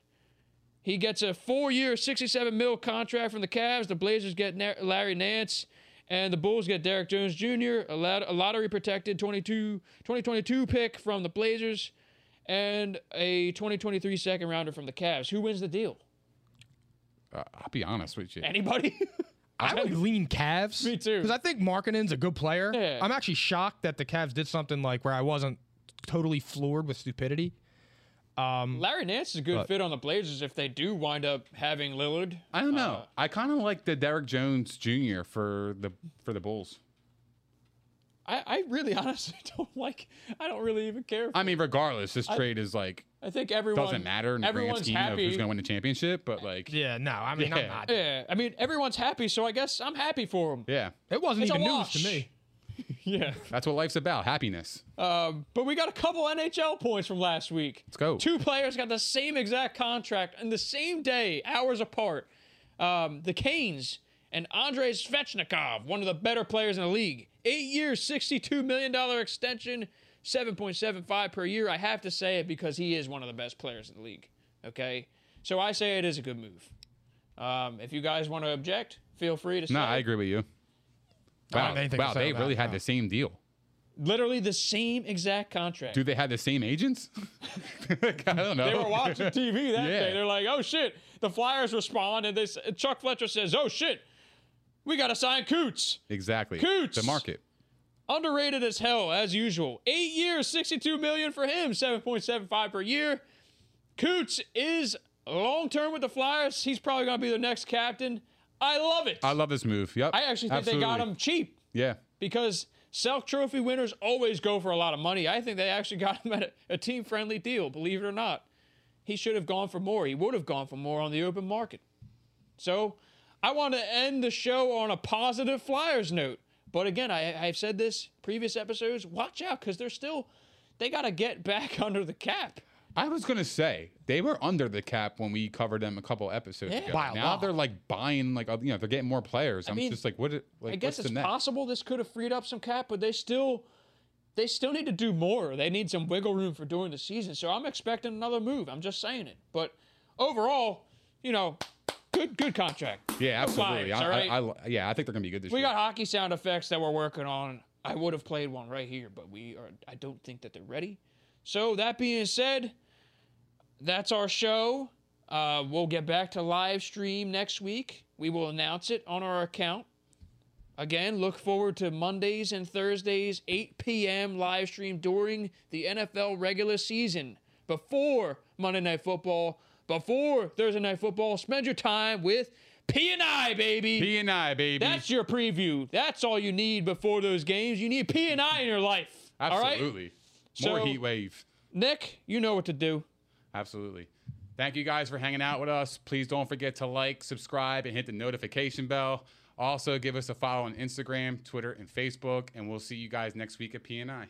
D: he gets a four year, 67 mil contract from the Cavs. The Blazers get Na- Larry Nance, and the Bulls get Derek Jones Jr., a, lot- a lottery protected 22, 2022 pick from the Blazers, and a 2023 second rounder from the Cavs. Who wins the deal?
E: Uh, I'll be honest with you.
D: Anybody?
E: Hmm.
C: I would lean Cavs.
D: Me too.
C: Because I think Markkinen's a good player.
D: Yeah.
C: I'm actually shocked that the Cavs did something like where I wasn't totally floored with stupidity.
D: Larry Nance is a good fit on the Blazers if they do wind up having Lillard.
E: I don't know. Uh, I kind of like the Derek Jones Jr. for the for the Bulls.
D: I, I really honestly don't like. I don't really even care.
E: I mean, regardless, this trade is like
D: I think everyone
E: doesn't matter in the grand
D: everyone's
E: scheme of
D: happy.
E: who's gonna win the championship. But like, yeah,
C: Yeah, no, I mean, I'm not.
D: yeah, I mean everyone's happy, so I guess I'm happy for him.
C: It wasn't
D: It's a
C: even news
D: wash.
C: to me.
D: Yeah.
E: that's what life's about. Happiness.
D: Um, but we got a couple NHL points from last week.
E: Let's go.
D: Two players got the same exact contract on the same day, hours apart. Um, the Canes and Andrei Svechnikov, one of the better players in the league. Eight years, $62 million extension, 7.75 per year. I have to say it because he is one of the best players in the league. Okay? So I say it is a good move. Um, if you guys want to object, feel free to
E: No,
D: say
E: I
D: it.
E: agree with you.
C: don't
E: Wow,
C: have anything to
E: wow,
C: say
E: they
C: about
E: really
C: it,
E: had
C: no.
E: the same deal.
D: literally the same exact contract.
E: Do they have the same agents? I don't know.
D: They were watching TV that
E: Oh. Yeah.
D: day. They're like, "Oh shit!" The Flyers respond, and they s- Chuck Fletcher says, "Oh shit, we gotta sign Coots."
E: exactly.
D: Coots.
E: The market.
D: Underrated as hell, as usual. Eight years, sixty-two million for him, seven point seven five per year. Coots is long term with the Flyers. He's probably gonna be their next captain. I love it.
E: I love this move. Yep.
D: I actually think they got
E: absolutely.
D: him cheap
E: Yeah.
D: because Selk Trophy winners always go for a lot of money. I think they actually got him at a, a team friendly deal, believe it or not. He should have gone for more. He would have gone for more on the open market. So I want to end the show on a positive Flyers note. But again, I, I've said this previous episodes watch out because they're still, they got to get back under the cap.
E: I was gonna say they were under the cap when we covered them a couple episodes ago.
C: By a
E: now
C: lot.
E: they're like buying like you know they're getting more players. I am
D: mean,
E: just like what? it- Like,
D: I guess
E: what's
D: it's
E: the net?
D: possible this could have freed up some cap, but they still they still need to do more. They need some wiggle room for during the season. So I'm expecting another move. I'm just saying it. But overall, you know, good good contract.
E: Yeah,
D: Good
E: absolutely.
D: vibes,
E: I,
D: all right?
E: I, I, yeah, I think they're gonna be good this
D: we
E: year.
D: got hockey sound effects that we're working on. I would have played one right here, but we are I don't think that they're ready. So that being said, that's our show. Uh, we'll get back to live stream next week. We will announce it on our account. Again, look forward to Mondays and Thursdays, 8 p.m. live stream during the NFL regular season. Before Monday Night Football, before Thursday Night Football, spend your time with P and I, baby.
E: P and I, baby.
D: That's your preview. That's all you need before those games. You need P and I in your life. All right,
E: absolutely. More
D: So-
E: heat wave.
D: Nick, you know what to do.
E: Absolutely. Thank you guys for hanging out with us. Please don't forget to like, subscribe, and hit the notification bell. Also, give us a follow on Instagram, Twitter, and Facebook. And we'll see you guys next week at P and I.